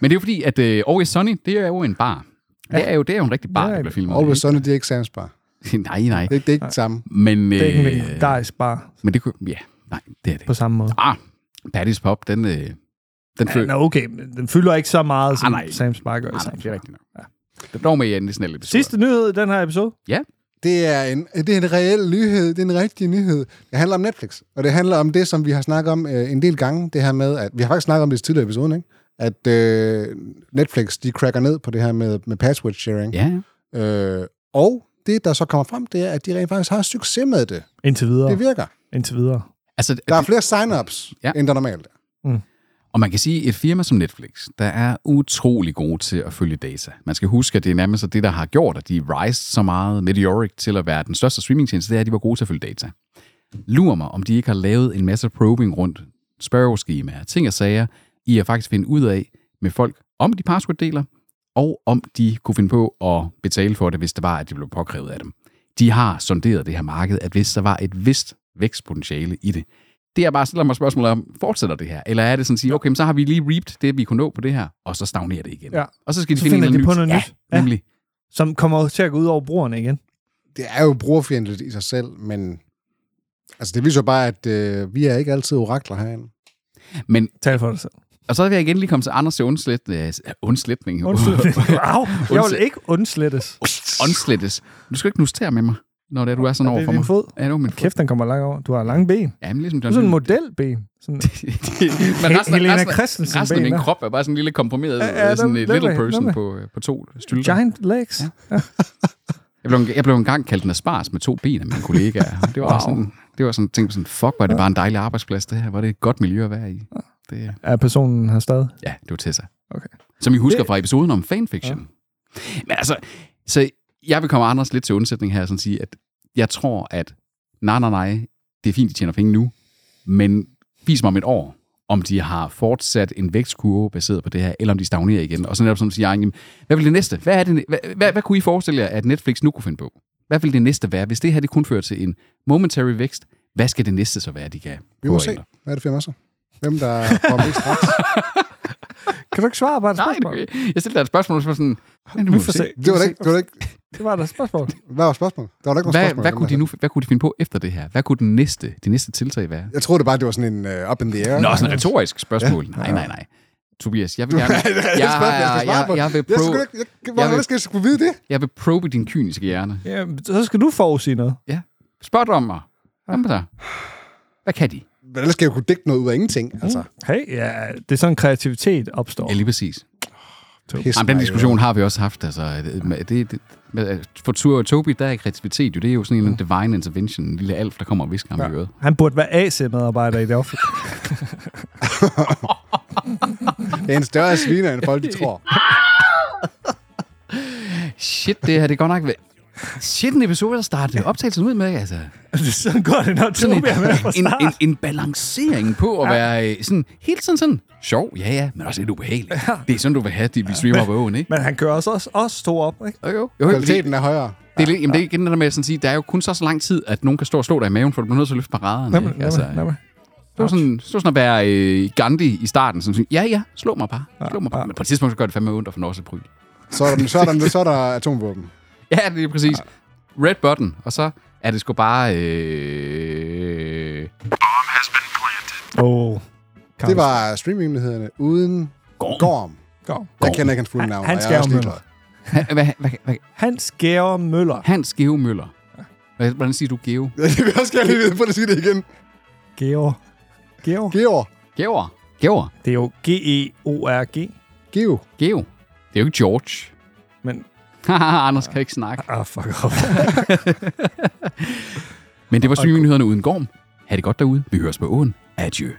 Speaker 2: Men det er jo fordi, at uh, Always Sunny, det er jo en bar. Det er jo, det er jo en rigtig bar,
Speaker 4: Ja,
Speaker 2: der bliver filmet.
Speaker 3: Always Sunny, det er ikke Sam's Bar.
Speaker 2: nej, nej.
Speaker 3: Det, er- det er ikke det samme.
Speaker 2: Men,
Speaker 4: Det er ikke en
Speaker 2: øh,
Speaker 4: legendarisk bar
Speaker 2: men det kunne... Ja, nej, det er det.
Speaker 4: på samme måde.
Speaker 2: Ah, Patty's Pop, den... Øh, den
Speaker 4: Ja, nå, okay, men den fylder ikke så meget, som
Speaker 2: nej.
Speaker 4: Sam's Bar gør. i
Speaker 2: Ah, nej,
Speaker 4: Sam's
Speaker 2: det er
Speaker 4: Bar.
Speaker 2: rigtigt nok. Ja. Det dog med i anden snelle episode.
Speaker 4: Sidste nyhed i den her episode.
Speaker 3: Det er, en, det er en reel nyhed. Det er en rigtig nyhed. Det handler om Netflix. Og det handler om det, som vi har snakket om øh, en del gange. Det her med, at vi har faktisk snakket om det i tidligere episode, ikke? At øh, Netflix, de cracker ned på det her med, med password sharing.
Speaker 2: Ja, ja.
Speaker 3: Øh, og det, der så kommer frem, det er, at de rent faktisk har succes med det.
Speaker 4: Indtil videre.
Speaker 3: Det virker.
Speaker 4: Indtil videre.
Speaker 2: altså,
Speaker 3: Der er flere sign-ups,
Speaker 2: Ja.
Speaker 3: ja. end der normalt er.
Speaker 2: Og man kan sige, at et firma som Netflix, der er utrolig gode til at følge data. Man skal huske, at det er nærmest det, der har gjort, at de rise så meget meteoric til at være den største streamingtjeneste, det er, at de var gode til at følge data. Lurer mig, om de ikke har lavet en masse probing rundt, spørgeskemaer, ting og sager, i at faktisk finde ud af med folk, om de password deler, og om de kunne finde på at betale for det, hvis det var, at det blev påkrævet af dem. De har sonderet det her marked, at hvis der var et vist vækstpotentiale i det, det er bare stiller mig spørgsmålet om, fortsætter det her? Eller er det sådan at sige, okay, men så har vi lige reaped det, vi kunne nå på det her, og så stagnerer det igen.
Speaker 4: Ja.
Speaker 2: Og så skal de
Speaker 4: Så
Speaker 2: finde en
Speaker 4: finder
Speaker 2: eller
Speaker 4: de
Speaker 2: anden
Speaker 4: på noget nyt.
Speaker 2: Ja,
Speaker 4: Ja.
Speaker 2: nemlig.
Speaker 4: Som kommer til at gå ud over brugerne igen.
Speaker 3: Det er jo brugerfjendtligt i sig selv, men altså, det viser jo bare, at øh, vi er ikke altid orakler herinde.
Speaker 2: Men,
Speaker 4: Tal for dig selv.
Speaker 2: og så vil jeg igen lige komme til Anders til undslæt, øh, undslætning.
Speaker 4: Undslettes. Au, jeg vil
Speaker 2: Undslæt-
Speaker 4: ikke undslettes.
Speaker 2: Undslættes. Du skal ikke nustere med mig, når det er, du er sådan
Speaker 4: Er det
Speaker 2: over for
Speaker 4: din
Speaker 2: mig.
Speaker 4: fod?
Speaker 2: Ja, det var min fod.
Speaker 4: Kæft, den kommer langt over. Du har lange ben.
Speaker 2: Ja, men ligesom
Speaker 4: Du
Speaker 2: John
Speaker 4: er sådan en
Speaker 2: Lennon.
Speaker 4: modelben. Sådan,
Speaker 2: men resten,
Speaker 4: Helena
Speaker 2: resten,
Speaker 4: Christensen
Speaker 2: resten af min
Speaker 4: baner.
Speaker 2: krop er bare sådan en lille komprimeret,
Speaker 4: Ja,
Speaker 2: ja,
Speaker 4: ja,
Speaker 2: ja, sådan en
Speaker 4: den- den
Speaker 2: little
Speaker 4: er-
Speaker 2: person
Speaker 4: den er-
Speaker 2: på, øh, på to stylter.
Speaker 4: giant legs. Ja.
Speaker 2: Jeg blev, en- jeg blev engang kaldt en aspars med to ben af mine kollegaer. Det var sådan, det var sådan, jeg tænkte sådan, fuck, var det bare en dejlig arbejdsplads, det her. Var det et godt miljø at være i. Det,
Speaker 4: Er personen her stadig?
Speaker 2: ja, det var Tessa.
Speaker 4: Okay.
Speaker 2: Som I husker
Speaker 4: Det-
Speaker 2: fra episoden om fanfiction. Men altså, så jeg vil komme Anders lidt til undsætning her, sådan at sige, at jeg tror, at nej, nej, nej, det er fint, de tjener penge nu, men vis mig om et år, om de har fortsat en vækstkurve baseret på det her, eller om de stagnerer igen. Og så netop som siger, jamen, hvad vil det næste? Hvad, er det, hvad, hvad, hvad kunne I forestille jer, at Netflix nu kunne finde på? Hvad vil det næste være? Hvis det her det kun fører til en momentary vækst, hvad skal det næste så være, de kan?
Speaker 3: Vi må
Speaker 2: gå
Speaker 3: se,
Speaker 2: ind og-
Speaker 3: hvad er det for masser? Hvem der kommer mest ret?
Speaker 4: Kan du ikke svare på et
Speaker 2: Nej,
Speaker 4: spørgsmål?
Speaker 2: det, jeg stiller dig et spørgsmål, som er sådan, men du
Speaker 4: Vi
Speaker 2: må
Speaker 4: får
Speaker 2: se.
Speaker 4: se.
Speaker 3: Det var da ikke, det var da ikke,
Speaker 4: Det var da et spørgsmål.
Speaker 3: hvad var spørgsmålet? Der var da ikke noget
Speaker 2: Hvad,
Speaker 3: spørgsmål.
Speaker 2: hvad, kunne de nu, hvad kunne de finde på efter det her? Hvad kunne den næste, de næste tiltag være?
Speaker 3: Jeg troede det bare, det var sådan en uh, up in the air.
Speaker 2: Nå, sådan et retorisk spørgsmål. Nej, nej, nej. Tobias, jeg vil gerne...
Speaker 3: Ja, det er et
Speaker 2: jeg,
Speaker 3: spørgsmål, jeg
Speaker 2: jeg,
Speaker 3: skal svare
Speaker 2: jeg,
Speaker 3: på.
Speaker 2: jeg, vil
Speaker 3: Jeg skal
Speaker 2: probe,
Speaker 3: ikke, jeg, hvordan
Speaker 2: Jeg vil-
Speaker 3: skal jeg skulle vide det?
Speaker 2: jeg vil probe din kyniske hjerne.
Speaker 4: Jamen, så skal du forudsige noget.
Speaker 2: Ja. Spørg dig om mig. Hvad med dig? Hvad kan de?
Speaker 3: Men ellers skal jeg jo kunne dække noget ud af ingenting. Altså,
Speaker 4: Hey, ja, det er sådan, kreativitet opstår.
Speaker 2: Ja, lige præcis.
Speaker 3: pis
Speaker 2: Jamen, den
Speaker 3: mig,
Speaker 2: diskussion har vi også haft. Altså, det, det, det, med- øh, for Tur og Tobi, der er kreativitet jo. Det er jo sådan en
Speaker 3: Mm.
Speaker 2: eller anden divine intervention. En lille alf, der kommer og visker ham i øret.
Speaker 4: Han burde være AC-medarbejder i det offentlige.
Speaker 3: jo. øh. Det er en større sviner, end folk de tror.
Speaker 2: Shit, det her, det er godt nok... Shit, en episode, der startede optagelsen ud med, altså...
Speaker 4: sådan går det, når
Speaker 2: sådan
Speaker 4: Tobi
Speaker 2: en,
Speaker 4: er med fra
Speaker 2: en,
Speaker 4: start.
Speaker 2: en, en balancering på at være øh, sådan, helt sådan, sådan sjov, ja ja, men også lidt ubehagelig. Det er sådan, du vil have det, vi streamer på åen, ikke?
Speaker 4: Men han kører også, også, også to op, ikke?
Speaker 2: Jo, jo. jo det, det,
Speaker 3: Kvaliteten er højere.
Speaker 2: er, lidt- jamen, det er igen det der med at sådan sige, der er jo kun så, så lang tid, at nogen kan stå og slå dig i maven, for du bliver nødt til at løfte paraderne.
Speaker 4: Jamen,
Speaker 2: ikke? Altså,
Speaker 4: jamen, jamen.
Speaker 2: det var sådan, det var sådan at være øh, Gandhi i starten, som siger, ja ja, slå mig bare, slå mig bare. Men på et tidspunkt, så gør det fandme ondt at få noget bryl.
Speaker 3: Så er der, så er der, så er der atomvåben.
Speaker 2: Ja, det er præcis. Red button, og så er det sgu bare... Øh,
Speaker 4: Oh.
Speaker 3: Det var streamingnyhederne uden Gorm. Gorm.
Speaker 4: Gorm.
Speaker 3: Jeg kender ikke hans fulde navn.
Speaker 4: han
Speaker 3: og jeg
Speaker 4: skal
Speaker 3: er også
Speaker 4: jo med.
Speaker 3: ligeglad.
Speaker 2: hvad, hvad, hvad, hvad,
Speaker 4: Hans Gære Møller.
Speaker 2: Hans Geo Møller. Hvad- Hvordan siger du Geo?
Speaker 3: Jeg vil også gerne lige vide, for at sige det igen.
Speaker 4: Georg. Georg.
Speaker 3: Georg.
Speaker 2: Geor. Geor.
Speaker 4: E Det er jo G-E-O-R-G.
Speaker 3: Geo.
Speaker 2: Geo. Det er jo ikke George.
Speaker 4: Men,
Speaker 2: Anders kan ikke snakke.
Speaker 4: ah, fuck off.
Speaker 2: Men det var streamingnyhederne uden Gorm. Ha' det godt derude. Vi høres på åen. Adieu.